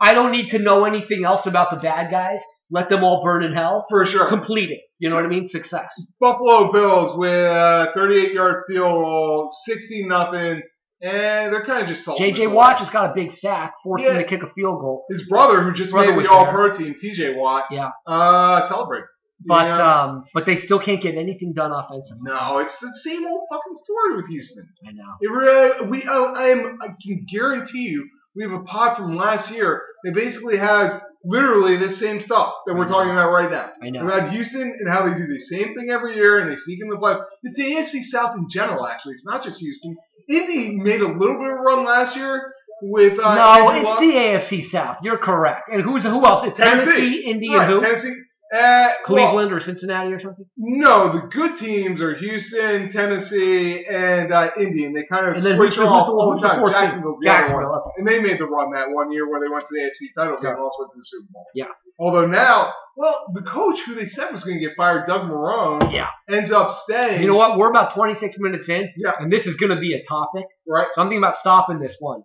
Speaker 1: I don't need to know anything else about the bad guys. Let them all burn in hell.
Speaker 2: For sure.
Speaker 1: Complete it. You know what I mean? Success.
Speaker 2: Buffalo Bills with a 38 yard field goal, 60 nothing, And they're kind of just salty.
Speaker 1: JJ Watt just got a big sack, forced him
Speaker 2: Yeah.
Speaker 1: to kick a field goal.
Speaker 2: His brother, who just
Speaker 1: Brother
Speaker 2: made
Speaker 1: was
Speaker 2: the All
Speaker 1: there.
Speaker 2: Pro team, TJ Watt.
Speaker 1: Yeah.
Speaker 2: Uh, celebrate.
Speaker 1: But
Speaker 2: Yeah.
Speaker 1: um, but they still can't get anything done offensively.
Speaker 2: no, it's the same old fucking story with Houston.
Speaker 1: I know.
Speaker 2: It really, we, I, I'm, I can guarantee you, we have a pod from last year that basically has literally the same stuff that
Speaker 1: Mm-hmm.
Speaker 2: we're talking about right now.
Speaker 1: I know.
Speaker 2: About Houston and how they do the same thing every year and they sneak in the playoffs. It's the AFC South in general, actually. It's not just Houston. Indy made a little bit of a run last year with uh,
Speaker 1: no,
Speaker 2: Andrew
Speaker 1: it's
Speaker 2: Luck.
Speaker 1: the AFC South. You're correct. And who's who else? It's
Speaker 2: Tennessee.
Speaker 1: Tennessee, Indy,
Speaker 2: Right,
Speaker 1: and who?
Speaker 2: Tennessee. Uh, well,
Speaker 1: Cleveland or Cincinnati or something.
Speaker 2: no, the good teams are Houston, Tennessee, and uh, Indy, and they kind of
Speaker 1: And then
Speaker 2: switch
Speaker 1: who's,
Speaker 2: them
Speaker 1: who's,
Speaker 2: off
Speaker 1: the-
Speaker 2: all
Speaker 1: who's
Speaker 2: the
Speaker 1: the
Speaker 2: time.
Speaker 1: fourth team?
Speaker 2: Jacksonville's the other one.
Speaker 1: Jacksonville. okay.
Speaker 2: And they made the run that one year where they went to the AFC title game
Speaker 1: Yeah.
Speaker 2: and also went to the Super Bowl.
Speaker 1: Yeah.
Speaker 2: Although now, well, the coach who they said was going to get fired, Doug Marone,
Speaker 1: Yeah.
Speaker 2: ends up staying.
Speaker 1: You know what? We're about 26 minutes in,
Speaker 2: Yeah.
Speaker 1: and this is going to be a topic.
Speaker 2: Right.
Speaker 1: So I'm thinking about stopping this one.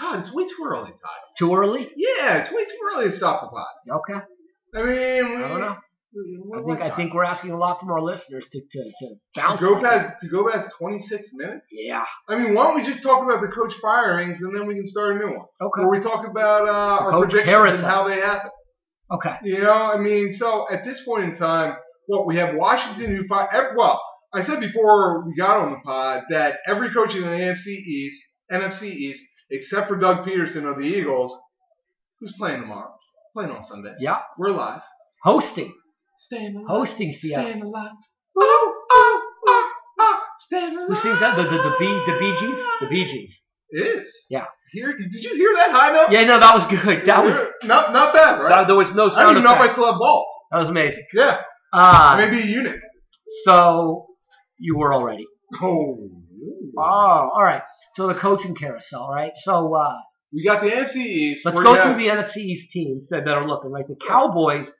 Speaker 2: Todd, it's way too early, Todd.
Speaker 1: Too early?
Speaker 2: Yeah, it's way too early to stop the pot.
Speaker 1: Okay.
Speaker 2: I mean,
Speaker 1: I don't know.
Speaker 2: we- we-
Speaker 1: I think I think we're asking a lot from our listeners to to, to
Speaker 2: to
Speaker 1: bounce.
Speaker 2: go
Speaker 1: on that.
Speaker 2: past to go past 26 minutes.
Speaker 1: Yeah.
Speaker 2: I mean, why don't we just talk about the coach firings and then we can start a new one,
Speaker 1: Okay.
Speaker 2: where we talk about uh, our
Speaker 1: coach
Speaker 2: predictions
Speaker 1: Harrison.
Speaker 2: and how they happen.
Speaker 1: Okay.
Speaker 2: You know, I mean, so at this point in time, what we have Washington who fi- ev- well, I said before we got on the pod that every coach in the AFC East, NFC East, except for Doug Peterson of the Eagles, who's playing tomorrow, playing on Sunday.
Speaker 1: Yeah.
Speaker 2: We're live.
Speaker 1: Hosting.
Speaker 2: Staying alive.
Speaker 1: Hosting Seattle.
Speaker 2: Staying alive. Oh, oh, oh, oh, staying alive.
Speaker 1: Who sings that? The the the B the Bee Gees? The Bee Gees.
Speaker 2: It is.
Speaker 1: Yeah.
Speaker 2: Here, did you hear that high note?
Speaker 1: Yeah, no, that was good. That was
Speaker 2: not not bad, right?
Speaker 1: that, there was no
Speaker 2: I don't
Speaker 1: sound
Speaker 2: even know if I
Speaker 1: effect.
Speaker 2: still have balls.
Speaker 1: That was amazing.
Speaker 2: Yeah,
Speaker 1: Uh,
Speaker 2: maybe a unit.
Speaker 1: so you were already.
Speaker 2: Oh.
Speaker 1: Oh, all right. So the coaching carousel, right? So uh,
Speaker 2: We got the NFC East.
Speaker 1: let's
Speaker 2: We're
Speaker 1: go
Speaker 2: gonna-
Speaker 1: through the NFC East teams that, that are looking right. The Cowboys,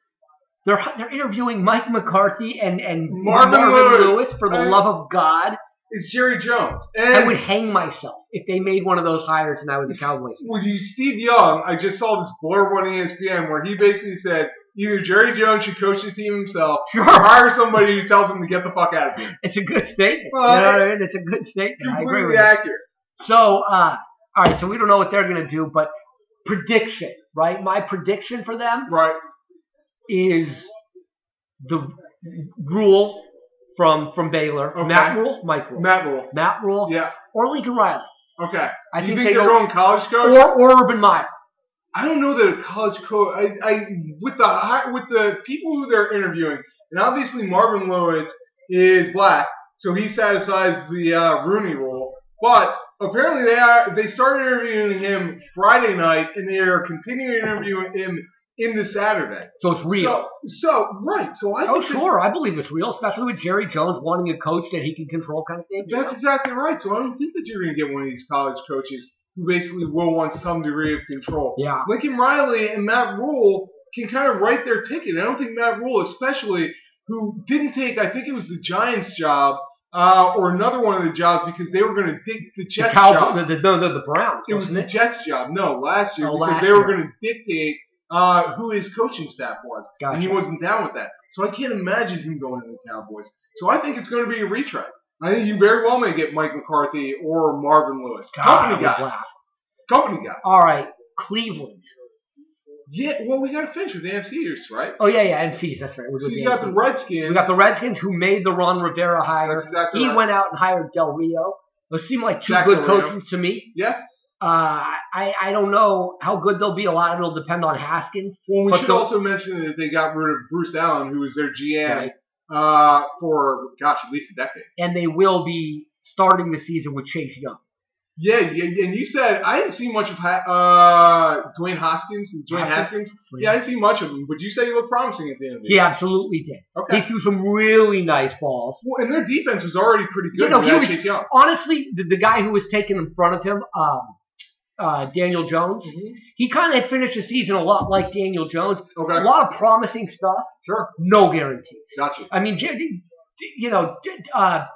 Speaker 1: they're they're interviewing Mike McCarthy and and
Speaker 2: Marvin Lewis.
Speaker 1: for the
Speaker 2: I-
Speaker 1: love of God.
Speaker 2: It's Jerry Jones.
Speaker 1: I
Speaker 2: And
Speaker 1: would hang myself if they made one of those hires and I was the Cowboys.
Speaker 2: Well, you Steve Young, I just saw this blurb on E ESPN where he basically said either Jerry Jones should coach the team himself or
Speaker 1: Sure,
Speaker 2: hire somebody who tells him to get the fuck out of here.
Speaker 1: it's a good statement.
Speaker 2: Well,
Speaker 1: you know what I mean? It's a good statement. I agree
Speaker 2: Completely
Speaker 1: with you.
Speaker 2: accurate.
Speaker 1: So, uh, all right. So we don't know what they're gonna do, but prediction, right? My prediction for them
Speaker 2: Right.
Speaker 1: is the rule from from Baylor,
Speaker 2: Okay.
Speaker 1: Matt Rule, Mike Rule, Matt,
Speaker 2: Matt Rule.
Speaker 1: Rule,
Speaker 2: Yeah.
Speaker 1: or Lincoln Riley.
Speaker 2: Okay.
Speaker 1: I
Speaker 2: you
Speaker 1: think,
Speaker 2: think,
Speaker 1: they
Speaker 2: they're
Speaker 1: go
Speaker 2: going college coach?
Speaker 1: or or Urban Meyer.
Speaker 2: I don't know that a college coach. I, I with the hi- with the people who they're interviewing, and obviously Marvin Lewis is black, so he satisfies the uh, Rooney Rule. But apparently they are they started interviewing him Friday night, and they are continuing interviewing him into Saturday.
Speaker 1: So it's real.
Speaker 2: So, so right. So I
Speaker 1: oh,
Speaker 2: think that-
Speaker 1: sure. I believe it's real, especially with Jerry Jones wanting a coach that he can control, kind of thing. you
Speaker 2: That's
Speaker 1: know?
Speaker 2: exactly right. So I don't think that you're going to get one of these college coaches who basically will want some degree of control.
Speaker 1: yeah.
Speaker 2: Lincoln Riley and Matt Rule can kind of write their ticket. I don't think Matt Rule, especially, who didn't take, I think it was the Giants' job uh, or another one of the jobs because they were going to dig the
Speaker 1: The
Speaker 2: Jets'
Speaker 1: Cow,
Speaker 2: job.
Speaker 1: the, the, no, the, the Browns.
Speaker 2: It was
Speaker 1: wasn't
Speaker 2: the Jets' job. No, last year
Speaker 1: Oh,
Speaker 2: because
Speaker 1: last
Speaker 2: they were
Speaker 1: year.
Speaker 2: going to dictate uh, who his coaching staff was,
Speaker 1: Gotcha.
Speaker 2: and he wasn't down with that. So I can't imagine him going to the Cowboys. So I think it's going to be a retread. I think you very well may get Mike McCarthy or Marvin Lewis.
Speaker 1: God, I
Speaker 2: Company
Speaker 1: would
Speaker 2: guys.
Speaker 1: laugh.
Speaker 2: Company guys.
Speaker 1: All right, Cleveland.
Speaker 2: Yeah, well, we got to finish with the AFC years, right?
Speaker 1: Oh yeah, yeah, NCs. That's right. We're
Speaker 2: So
Speaker 1: doing
Speaker 2: you
Speaker 1: the
Speaker 2: got the
Speaker 1: NCs.
Speaker 2: Redskins.
Speaker 1: we got the Redskins who made the Ron Rivera hire.
Speaker 2: That's exactly
Speaker 1: he
Speaker 2: right.
Speaker 1: went out and hired Del Rio. Those seem like two
Speaker 2: Jack
Speaker 1: good
Speaker 2: Del Rio.
Speaker 1: coaches to me.
Speaker 2: Yeah.
Speaker 1: Uh, I, I don't know how good they'll be. A lot of it will depend on Haskins.
Speaker 2: Well, we
Speaker 1: but
Speaker 2: should
Speaker 1: the-
Speaker 2: also mention that they got rid of Bruce Allen, who was their GM
Speaker 1: Right?
Speaker 2: uh, for gosh, at least a decade.
Speaker 1: And they will be starting the season with Chase Young.
Speaker 2: Yeah, yeah, yeah, and you said I didn't see much of ha- uh, Dwayne Hoskins. Is Dwayne
Speaker 1: Haskins?
Speaker 2: Haskins? Yeah, I didn't see much of him, but you said he looked promising at the end of the
Speaker 1: He
Speaker 2: year.
Speaker 1: absolutely did.
Speaker 2: Okay.
Speaker 1: He threw some really nice balls.
Speaker 2: Well, and their defense was already pretty good.
Speaker 1: You know,
Speaker 2: when they
Speaker 1: he
Speaker 2: had Chase Young.
Speaker 1: Honestly, the, the guy who was taken in front of him, um, uh, Daniel Jones,
Speaker 2: Mm-hmm.
Speaker 1: he kind of finished the season a lot like Daniel Jones. A
Speaker 2: Okay,
Speaker 1: lot of promising stuff,
Speaker 2: sure,
Speaker 1: no guarantees.
Speaker 2: gotcha.
Speaker 1: I mean, J- J- you know, J- uh,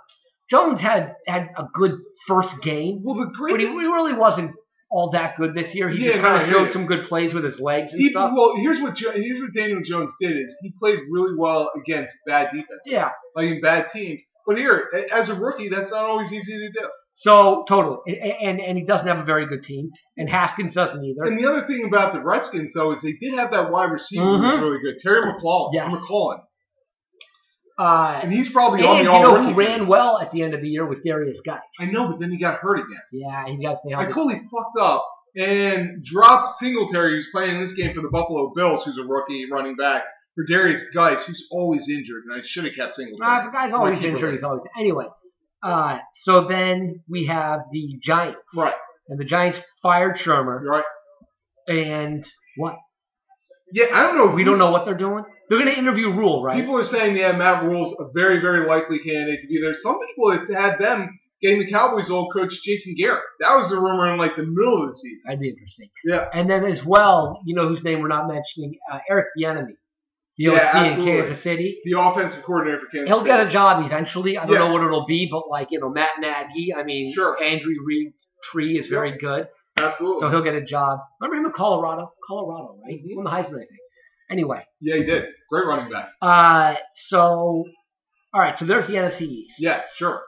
Speaker 1: Jones had had a good first game,
Speaker 2: Well, the great
Speaker 1: but he, he really wasn't all that good this year. He
Speaker 2: Yeah,
Speaker 1: just
Speaker 2: no,
Speaker 1: kind
Speaker 2: I
Speaker 1: of
Speaker 2: hear you.
Speaker 1: showed some good plays with his legs and
Speaker 2: Even-
Speaker 1: stuff.
Speaker 2: well, here's what Jo- here's what Daniel Jones did is he played really well against bad defense,
Speaker 1: Yeah.
Speaker 2: like in bad teams. But here, a- as a rookie, that's not always easy to do.
Speaker 1: So total, and, and and he doesn't have a very good team, and Haskins doesn't either.
Speaker 2: And the other thing about the Redskins, though, is they did have that wide receiver who was
Speaker 1: Mhm.
Speaker 2: really good, Terry McLaurin.
Speaker 1: Yes.
Speaker 2: McLaurin,
Speaker 1: Uh,
Speaker 2: and he's probably
Speaker 1: and
Speaker 2: on
Speaker 1: you
Speaker 2: the
Speaker 1: know
Speaker 2: all
Speaker 1: who
Speaker 2: rookie.
Speaker 1: ran well at the end of the year was Darius Guy.
Speaker 2: I know, but then he got hurt again.
Speaker 1: Yeah, he got to stay
Speaker 2: I
Speaker 1: healthy.
Speaker 2: totally fucked up and dropped Singletary, who's playing this game for the Buffalo Bills, who's a rookie running back, for Darius Geis, who's always injured, and I should have kept
Speaker 1: Uh,
Speaker 2: Singletary.
Speaker 1: the guy's always
Speaker 2: keeper.
Speaker 1: injured. He's always anyway. Uh, so then we have the Giants,
Speaker 2: Right,
Speaker 1: and the Giants fired Shermer,
Speaker 2: right.
Speaker 1: and what?
Speaker 2: Yeah, I don't know.
Speaker 1: We don't know what they're doing. They're going to interview Rule, right?
Speaker 2: People are saying, yeah, Matt Rule's a very, very likely candidate to be there. Some people have had them getting the Cowboys' old coach, Jason Garrett. That was the rumor in like the middle of the season.
Speaker 1: That'd be interesting.
Speaker 2: Yeah.
Speaker 1: And then as well, you know whose name we're not mentioning, uh, Eric Bieniemy, the
Speaker 2: Yeah,
Speaker 1: OC
Speaker 2: absolutely.
Speaker 1: in Kansas City.
Speaker 2: The offensive coordinator for Kansas
Speaker 1: He'll
Speaker 2: City.
Speaker 1: get a job eventually. I don't
Speaker 2: Yeah.
Speaker 1: know what it'll be, but like you know, Matt Nagy. I mean,
Speaker 2: Sure.
Speaker 1: Andrew Reed Tree is very good.
Speaker 2: Absolutely.
Speaker 1: So he'll get a job. Remember him in Colorado? Colorado, right? He
Speaker 2: Mhm.
Speaker 1: won the Heisman, I think. Anyway,
Speaker 2: yeah, he did. Great running back.
Speaker 1: uh, so, all right, so there's the NFC East.
Speaker 2: Yeah, sure.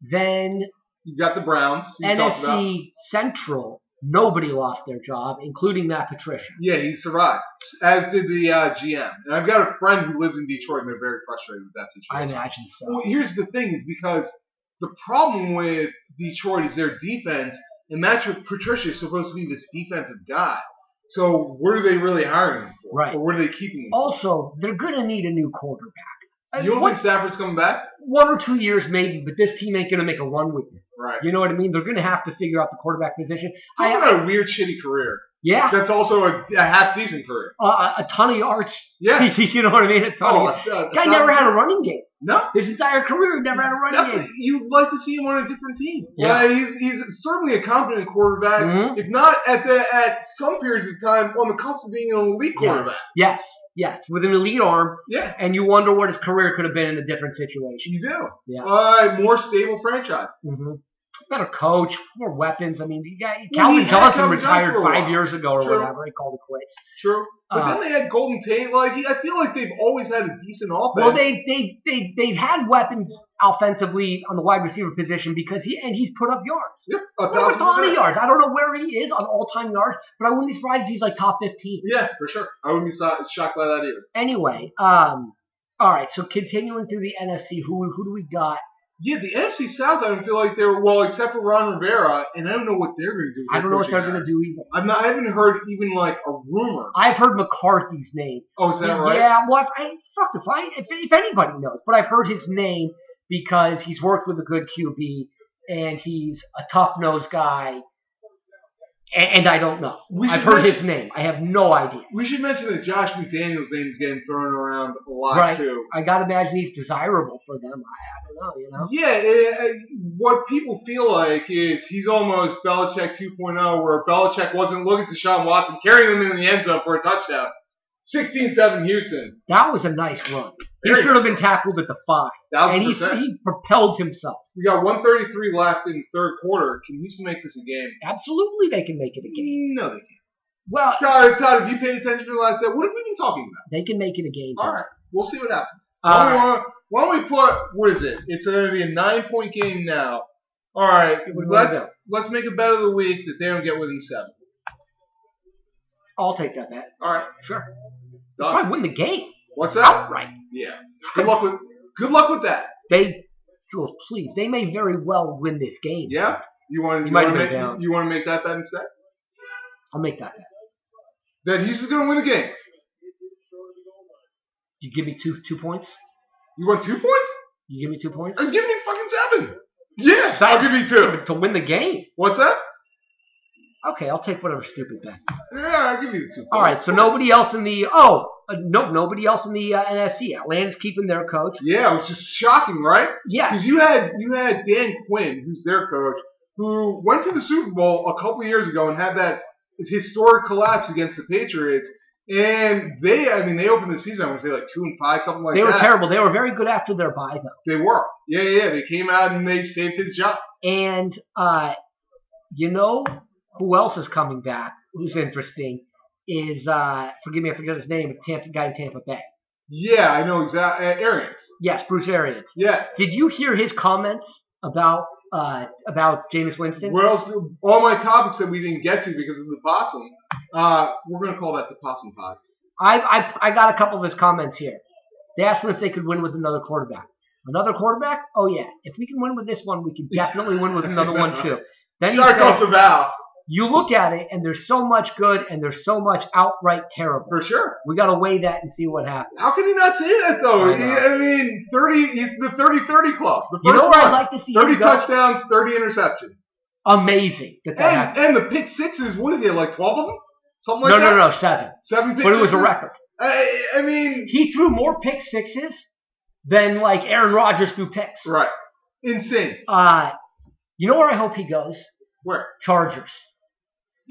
Speaker 1: Then
Speaker 2: You've got the Browns. who we talked about.
Speaker 1: NFC Central, nobody lost their job, including Matt Patricia.
Speaker 2: Yeah, he survived, as did the uh, GM. And I've got a friend who lives in Detroit, and they're very frustrated with that
Speaker 1: I
Speaker 2: situation.
Speaker 1: imagine so.
Speaker 2: Well, here's the thing: is because the problem with Detroit is their defense, and Matt Patricia is supposed to be this defensive guy. So what are they really hiring him for?
Speaker 1: Right.
Speaker 2: Or what are they keeping him? for?
Speaker 1: Also, they're going to need a new quarterback. Uh,
Speaker 2: you don't
Speaker 1: one,
Speaker 2: think Stafford's coming back?
Speaker 1: one or two years maybe, but this team ain't going to make a run with it.
Speaker 2: Right.
Speaker 1: You know what I mean? They're going to have to figure out the quarterback position.
Speaker 2: Talk
Speaker 1: I,
Speaker 2: about a weird, shitty career.
Speaker 1: yeah,
Speaker 2: That's also a, a half decent career.
Speaker 1: uh, a ton of yards.
Speaker 2: Yeah.
Speaker 1: you know what I mean? A ton of
Speaker 2: Oh,
Speaker 1: yards.
Speaker 2: a- a- a
Speaker 1: Guy
Speaker 2: thousand-
Speaker 1: never had a running game.
Speaker 2: no.
Speaker 1: His entire career, he never had a running
Speaker 2: Definitely,
Speaker 1: game.
Speaker 2: you'd like to see him on a different team.
Speaker 1: Yeah.
Speaker 2: Yeah, he's, he's certainly a competent quarterback,
Speaker 1: Mhm.
Speaker 2: if not at the at some periods of time on the cusp of being an elite
Speaker 1: Yes,
Speaker 2: quarterback.
Speaker 1: yes, yes, with an elite arm,
Speaker 2: Yeah,
Speaker 1: and you wonder what his career could have been in a different situation.
Speaker 2: you do.
Speaker 1: Yeah.
Speaker 2: Uh, more stable franchise.
Speaker 1: hmm Better coach, more weapons. I mean, you got
Speaker 2: Well, he
Speaker 1: Calvin
Speaker 2: had
Speaker 1: Johnson
Speaker 2: Calvin Johnson
Speaker 1: retired
Speaker 2: for a
Speaker 1: five
Speaker 2: while.
Speaker 1: years ago or
Speaker 2: True.
Speaker 1: whatever. He called it quits.
Speaker 2: True. But
Speaker 1: Uh,
Speaker 2: then they had Golden Tate. Like he- I feel like they've always had a decent offense.
Speaker 1: Well, they they they they've had weapons offensively on the wide receiver position because he and he's put up yards.
Speaker 2: yeah, a
Speaker 1: What
Speaker 2: thousand
Speaker 1: about Donnie
Speaker 2: percent.
Speaker 1: yards? I don't know where he is on all time yards, but I wouldn't be surprised if he's like top fifteen.
Speaker 2: Yeah, for sure. I wouldn't be so- shocked by that either.
Speaker 1: Anyway, um, all right. So continuing through the NFC, who who do we got?
Speaker 2: Yeah, the NFC South. I don't feel like they're well, except for Ron Rivera, and I don't know what they're going to do. with
Speaker 1: I
Speaker 2: their
Speaker 1: don't know what
Speaker 2: coaching
Speaker 1: they're
Speaker 2: hire.
Speaker 1: gonna do either.
Speaker 2: I'm not. I haven't heard even like a rumor.
Speaker 1: I've heard McCarthy's name.
Speaker 2: Oh, is that right?
Speaker 1: Yeah, well, I, fuck if I if, if anybody knows, but I've heard his name because he's worked with a good QB and he's a tough nosed guy. And, and I don't know.
Speaker 2: We
Speaker 1: I've
Speaker 2: should
Speaker 1: heard
Speaker 2: mention-
Speaker 1: his name. I have no idea.
Speaker 2: We should mention that Josh McDaniels' name is getting thrown around a lot
Speaker 1: Right.
Speaker 2: too.
Speaker 1: I gotta imagine he's desirable for them. I, I don't know, you know.
Speaker 2: Yeah, eh, eh, what people feel like is he's almost Belichick 2.0, where Belichick wasn't looking to Sean Watson, carrying him in the end zone for a touchdown. 16-7 Houston,
Speaker 1: That was a nice run. He
Speaker 2: Very
Speaker 1: should have been tackled at the five, and
Speaker 2: thousand
Speaker 1: he
Speaker 2: percent.
Speaker 1: he propelled himself.
Speaker 2: We got 133 left in the third quarter. Can Houston make this a game?
Speaker 1: Absolutely, they can make it a game.
Speaker 2: No, they can't.
Speaker 1: Well,
Speaker 2: Todd, Todd, have you paid attention to the last set? What have we been talking
Speaker 1: they can make it a game.
Speaker 2: about? All right, we'll see what happens.
Speaker 1: All
Speaker 2: why,
Speaker 1: right.
Speaker 2: don't we- why don't we put what is it? It's going to be a nine point game now. All right,
Speaker 1: What do you wanna
Speaker 2: let's let's make a bet of the week that they don't get within seven.
Speaker 1: I'll take that bet.
Speaker 2: All right,
Speaker 1: Sure.
Speaker 2: done.
Speaker 1: Probably win the game
Speaker 2: What's that?
Speaker 1: outright.
Speaker 2: Yeah. Good luck with good luck with that.
Speaker 1: They, Jules, please, they may very well win this game.
Speaker 2: Yeah. You want
Speaker 1: You
Speaker 2: to
Speaker 1: might have
Speaker 2: make
Speaker 1: been down.
Speaker 2: you want to make that bet instead?
Speaker 1: I'll make that bet.
Speaker 2: That Houston's going to win the game.
Speaker 1: You give me two two points.
Speaker 2: You want two points?
Speaker 1: You give me two points
Speaker 2: I was giving you fucking seven. Yeah,
Speaker 1: Seven.
Speaker 2: I'll give you two.
Speaker 1: to win the game.
Speaker 2: What's that?
Speaker 1: Okay, I'll take whatever stupid bet.
Speaker 2: Yeah, I'll give you the two. Points.
Speaker 1: All right, so nobody else in the oh uh, no nobody else in the uh, NFC. Atlanta's keeping their coach.
Speaker 2: Yeah, which is shocking, right?
Speaker 1: Yeah,
Speaker 2: Because you had you had Dan Quinn, who's their coach, who went to the Super Bowl a couple years ago and had that historic collapse against the Patriots. And they, I mean, they opened the season, I want to say like two and five, something like
Speaker 1: they were
Speaker 2: that.
Speaker 1: terrible. They were very good after their bye though,
Speaker 2: They were. Yeah, yeah, yeah. They came out and they saved his job.
Speaker 1: and uh, you know who else is coming back? Who's interesting? Is uh, forgive me, I forget his name. A Tampa guy in Tampa Bay.
Speaker 2: Yeah, I know exactly. Uh, Arians.
Speaker 1: Yes, Bruce Arians.
Speaker 2: Yeah.
Speaker 1: Did you hear his comments about uh, about Jameis Winston.
Speaker 2: What else? All my topics that we didn't get to because of the possum. Uh, we're gonna call that the possum pod.
Speaker 1: I, I I got a couple of his comments here. They asked him if they could win with another quarterback. Another quarterback? Oh yeah. If we can win with this one, we can definitely win with another one too. Then he
Speaker 2: Shark
Speaker 1: said,
Speaker 2: off the valve
Speaker 1: you look at it and there's so much good and there's so much outright terrible.
Speaker 2: for sure.
Speaker 1: We got to weigh that and see what happens.
Speaker 2: How can you not say that though?
Speaker 1: I
Speaker 2: He-
Speaker 1: know.
Speaker 2: I, mean, thirty. He's the 30-30 club. The
Speaker 1: You
Speaker 2: first
Speaker 1: know where
Speaker 2: one.
Speaker 1: I'd like to see
Speaker 2: thirty
Speaker 1: him go?
Speaker 2: touchdowns, thirty interceptions,
Speaker 1: Amazing. That that
Speaker 2: and
Speaker 1: happened.
Speaker 2: and the pick sixes. What is it like? Twelve of them? Something like
Speaker 1: no,
Speaker 2: that.
Speaker 1: no, no, seven.
Speaker 2: Seven pick
Speaker 1: But it was a
Speaker 2: sixes?
Speaker 1: record.
Speaker 2: I, I mean,
Speaker 1: He threw more pick sixes than like Aaron Rodgers threw picks.
Speaker 2: right? Insane.
Speaker 1: Uh, you know where I hope he goes?
Speaker 2: Where?
Speaker 1: Chargers.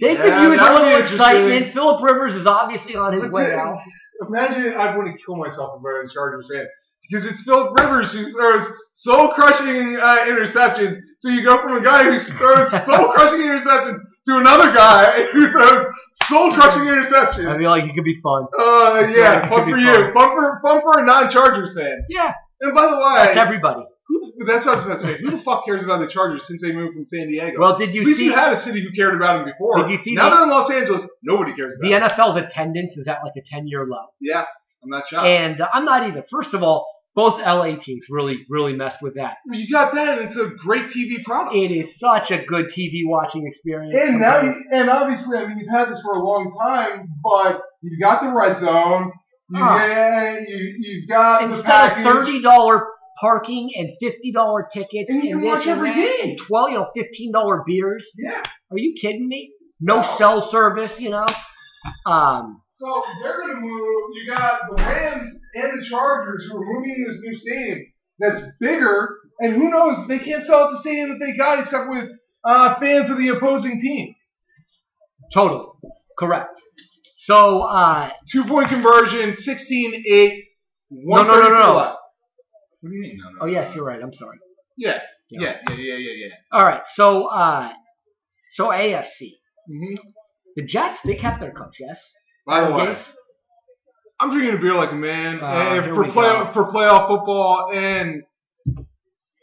Speaker 1: They
Speaker 2: Yeah,
Speaker 1: could use a
Speaker 2: that'd be
Speaker 1: little excitement.
Speaker 2: interesting.
Speaker 1: Philip Rivers is obviously on his
Speaker 2: Look
Speaker 1: way
Speaker 2: at-
Speaker 1: out.
Speaker 2: Imagine I wouldn't kill myself if I was a Chargers fan because it's Philip Rivers who throws soul crushing uh, interceptions. So you go from a guy who throws soul crushing interceptions to another guy who throws soul crushing
Speaker 1: I
Speaker 2: interceptions.
Speaker 1: feel like it could be fun.
Speaker 2: Uh,
Speaker 1: Yeah, it
Speaker 2: yeah,
Speaker 1: could
Speaker 2: fun
Speaker 1: be
Speaker 2: for you.
Speaker 1: fun.
Speaker 2: Fun for, fun for a non Chargers fan.
Speaker 1: Yeah,
Speaker 2: And by the
Speaker 1: that's
Speaker 2: way,
Speaker 1: everybody.
Speaker 2: who, the- that's what I was about to say. Who the fuck cares about the Chargers since they moved from San Diego?
Speaker 1: Well, did
Speaker 2: At
Speaker 1: you
Speaker 2: least
Speaker 1: see
Speaker 2: you had a city who cared about them before.
Speaker 1: Did you see
Speaker 2: now
Speaker 1: the-
Speaker 2: they're in Los Angeles. Nobody cares about
Speaker 1: the
Speaker 2: them.
Speaker 1: NFL's attendance is at like a ten-year low?
Speaker 2: Yeah, I'm not shocked.
Speaker 1: And uh, I'm not either. First of all, both LA teams really, really messed with that.
Speaker 2: Well, You got that, and it's a great TV product.
Speaker 1: It is such a good TV watching experience.
Speaker 2: And now, you, and obviously, I mean, you've had this for a long time, but you've got the red zone. You,
Speaker 1: Huh.
Speaker 2: yeah, you, you've got the
Speaker 1: Ah, instead of
Speaker 2: package.
Speaker 1: thirty dollar parking and fifty dollar tickets
Speaker 2: And you can
Speaker 1: this
Speaker 2: watch
Speaker 1: and
Speaker 2: every
Speaker 1: that
Speaker 2: game.
Speaker 1: and twelve, you know, fifteen dollar beers.
Speaker 2: Yeah.
Speaker 1: Are you kidding me? No
Speaker 2: No.
Speaker 1: cell service, you know. Um,
Speaker 2: So they're going to move. You got the Rams and the Chargers who are moving to this new stadium that's bigger, and who knows? They can't sell it the stadium that they got except with uh, fans of the opposing team.
Speaker 1: totally correct. So uh,
Speaker 2: Two point conversion, 16 8.
Speaker 1: No, no, no, no.
Speaker 2: Left. What do you mean? No, no,
Speaker 1: oh
Speaker 2: no,
Speaker 1: yes,
Speaker 2: no.
Speaker 1: you're right. I'm sorry.
Speaker 2: Yeah.
Speaker 1: Yeah.
Speaker 2: Yeah. Yeah. Yeah. Yeah.
Speaker 1: All right, so uh, so AFC,
Speaker 2: Yeah.
Speaker 1: Mm-hmm.
Speaker 2: hmm
Speaker 1: the Jets they kept their coach, yes.
Speaker 2: By the way,
Speaker 1: Yes?
Speaker 2: I'm drinking a beer like a man
Speaker 1: Ah,
Speaker 2: and
Speaker 1: here
Speaker 2: for
Speaker 1: we
Speaker 2: playoff for playoff football, and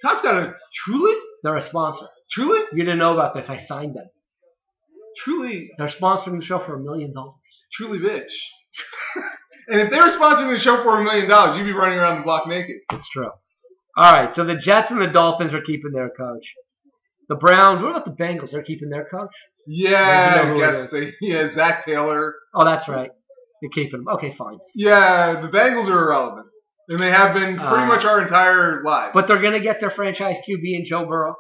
Speaker 2: Todd's got a truly,
Speaker 1: they're a sponsor.
Speaker 2: truly,
Speaker 1: You didn't know about this. I signed them.
Speaker 2: truly,
Speaker 1: They're sponsoring the show for a million dollars.
Speaker 2: truly bitch. and if they were sponsoring the show for a million dollars, you'd be running around the block naked.
Speaker 1: It's true. All right, so the Jets and the Dolphins are keeping their coach. The Browns. What about the Bengals? They're keeping their coach.
Speaker 2: Yeah,
Speaker 1: Maybe
Speaker 2: I
Speaker 1: know who
Speaker 2: guess
Speaker 1: it
Speaker 2: they. Yeah, Zach Taylor.
Speaker 1: Oh, that's right. They're keeping him. Okay, fine.
Speaker 2: Yeah, the Bengals are irrelevant, and they have been pretty
Speaker 1: Uh,
Speaker 2: much our entire lives.
Speaker 1: But they're gonna get their franchise QB in Joe Burrow.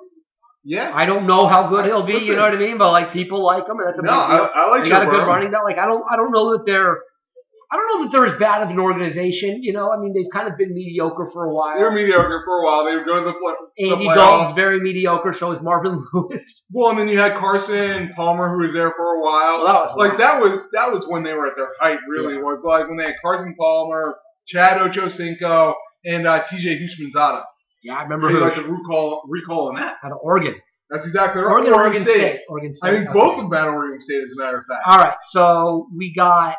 Speaker 2: yeah,
Speaker 1: I don't know how good he'll be. you
Speaker 2: Listen.
Speaker 1: know what I mean? But like people like him, and that's a
Speaker 2: no,
Speaker 1: big
Speaker 2: I,
Speaker 1: deal.
Speaker 2: I like
Speaker 1: they
Speaker 2: Joe
Speaker 1: got a good
Speaker 2: Burrow.
Speaker 1: running back. Like I don't, I don't know that they're. I don't know that they're as bad of an organization, you know. I mean, they've kind of been mediocre for a while.
Speaker 2: They were mediocre for a while. They would go to the play-
Speaker 1: Andy
Speaker 2: playoffs.
Speaker 1: Dalton's very mediocre, so is Marvin Lewis.
Speaker 2: Well, and then you had Carson and Palmer, who was there for a while.
Speaker 1: Well, that was
Speaker 2: Oh, Like that was that was when they were at their height, really. Was like when they had Carson Palmer, Chad Ochocinco, and uh, T.J. Hushmanzada.
Speaker 1: yeah, I remember
Speaker 2: Really
Speaker 1: who
Speaker 2: like the recall recall on that.
Speaker 1: out of Oregon.
Speaker 2: That's exactly right.
Speaker 1: Oregon, Oregon State. Oregon State.
Speaker 2: I think
Speaker 1: okay.
Speaker 2: both of them at Oregon State, as a matter of fact.
Speaker 1: All right, so we got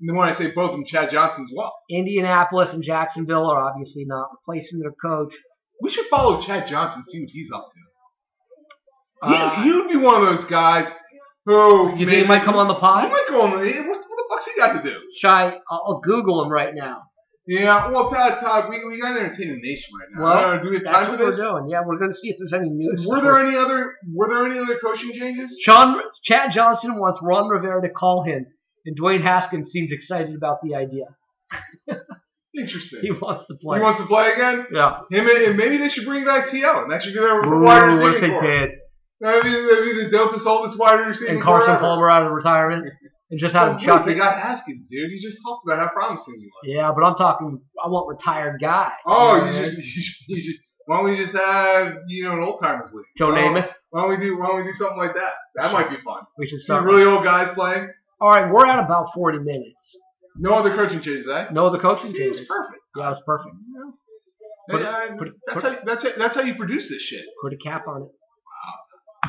Speaker 2: And then when I say both of them, Chad Johnson as well.
Speaker 1: Indianapolis and Jacksonville are obviously not replacing their coach.
Speaker 2: We should follow Chad Johnson, see what he's up to. He,
Speaker 1: Uh,
Speaker 2: he would be one of those guys who
Speaker 1: you think he might come on the
Speaker 2: He
Speaker 1: pod?
Speaker 2: might go on the. What, what the fuck's he got to do?
Speaker 1: Shy, I'll, I'll Google him right now.
Speaker 2: Yeah, well, Todd, Todd, we, we got to entertain the nation right now.
Speaker 1: Well,
Speaker 2: I don't know, do we have
Speaker 1: That's
Speaker 2: time
Speaker 1: what
Speaker 2: for
Speaker 1: we're
Speaker 2: this?
Speaker 1: doing. Yeah, we're going to see if there's any news.
Speaker 2: Were there any other Were there any other coaching changes?
Speaker 1: Sean, Chad Johnson wants Ron Rivera to call him, and Dwayne Haskins seems excited about the idea.
Speaker 2: Interesting.
Speaker 1: He wants to
Speaker 2: He
Speaker 1: play.
Speaker 2: wants to play again.
Speaker 1: yeah.
Speaker 2: Him and, and maybe they should bring back To, and that should be their wide
Speaker 1: Ooh, what if
Speaker 2: receiving
Speaker 1: they
Speaker 2: core.
Speaker 1: did?
Speaker 2: That'd be, that'd be the dopest, oldest wide receiving
Speaker 1: And Carson
Speaker 2: core ever.
Speaker 1: Palmer out of retirement, and just
Speaker 2: Oh,
Speaker 1: have
Speaker 2: wait,
Speaker 1: him chuck
Speaker 2: they
Speaker 1: it.
Speaker 2: got Haskins, dude. You just talked about how promising he was.
Speaker 1: Yeah, but I'm talking. I want retired guys.
Speaker 2: Oh,
Speaker 1: know what I
Speaker 2: you
Speaker 1: mean?
Speaker 2: just, you, just, you just why don't we just have you know an old timers league?
Speaker 1: Joe
Speaker 2: why don't-
Speaker 1: Namath.
Speaker 2: Why don't we do Why don't we do something like that? That might be fun.
Speaker 1: We should
Speaker 2: Some
Speaker 1: start.
Speaker 2: really old guys playing.
Speaker 1: All right, we're at about 40 minutes.
Speaker 2: No other coaching changes, eh?
Speaker 1: No other coaching
Speaker 2: Seems
Speaker 1: changes.
Speaker 2: perfect.
Speaker 1: Yeah, it's perfect.
Speaker 2: You know?
Speaker 1: Put-
Speaker 2: Yeah,
Speaker 1: put-
Speaker 2: that's,
Speaker 1: put-
Speaker 2: how, that's, how, that's how you produce this shit.
Speaker 1: Put a cap on it.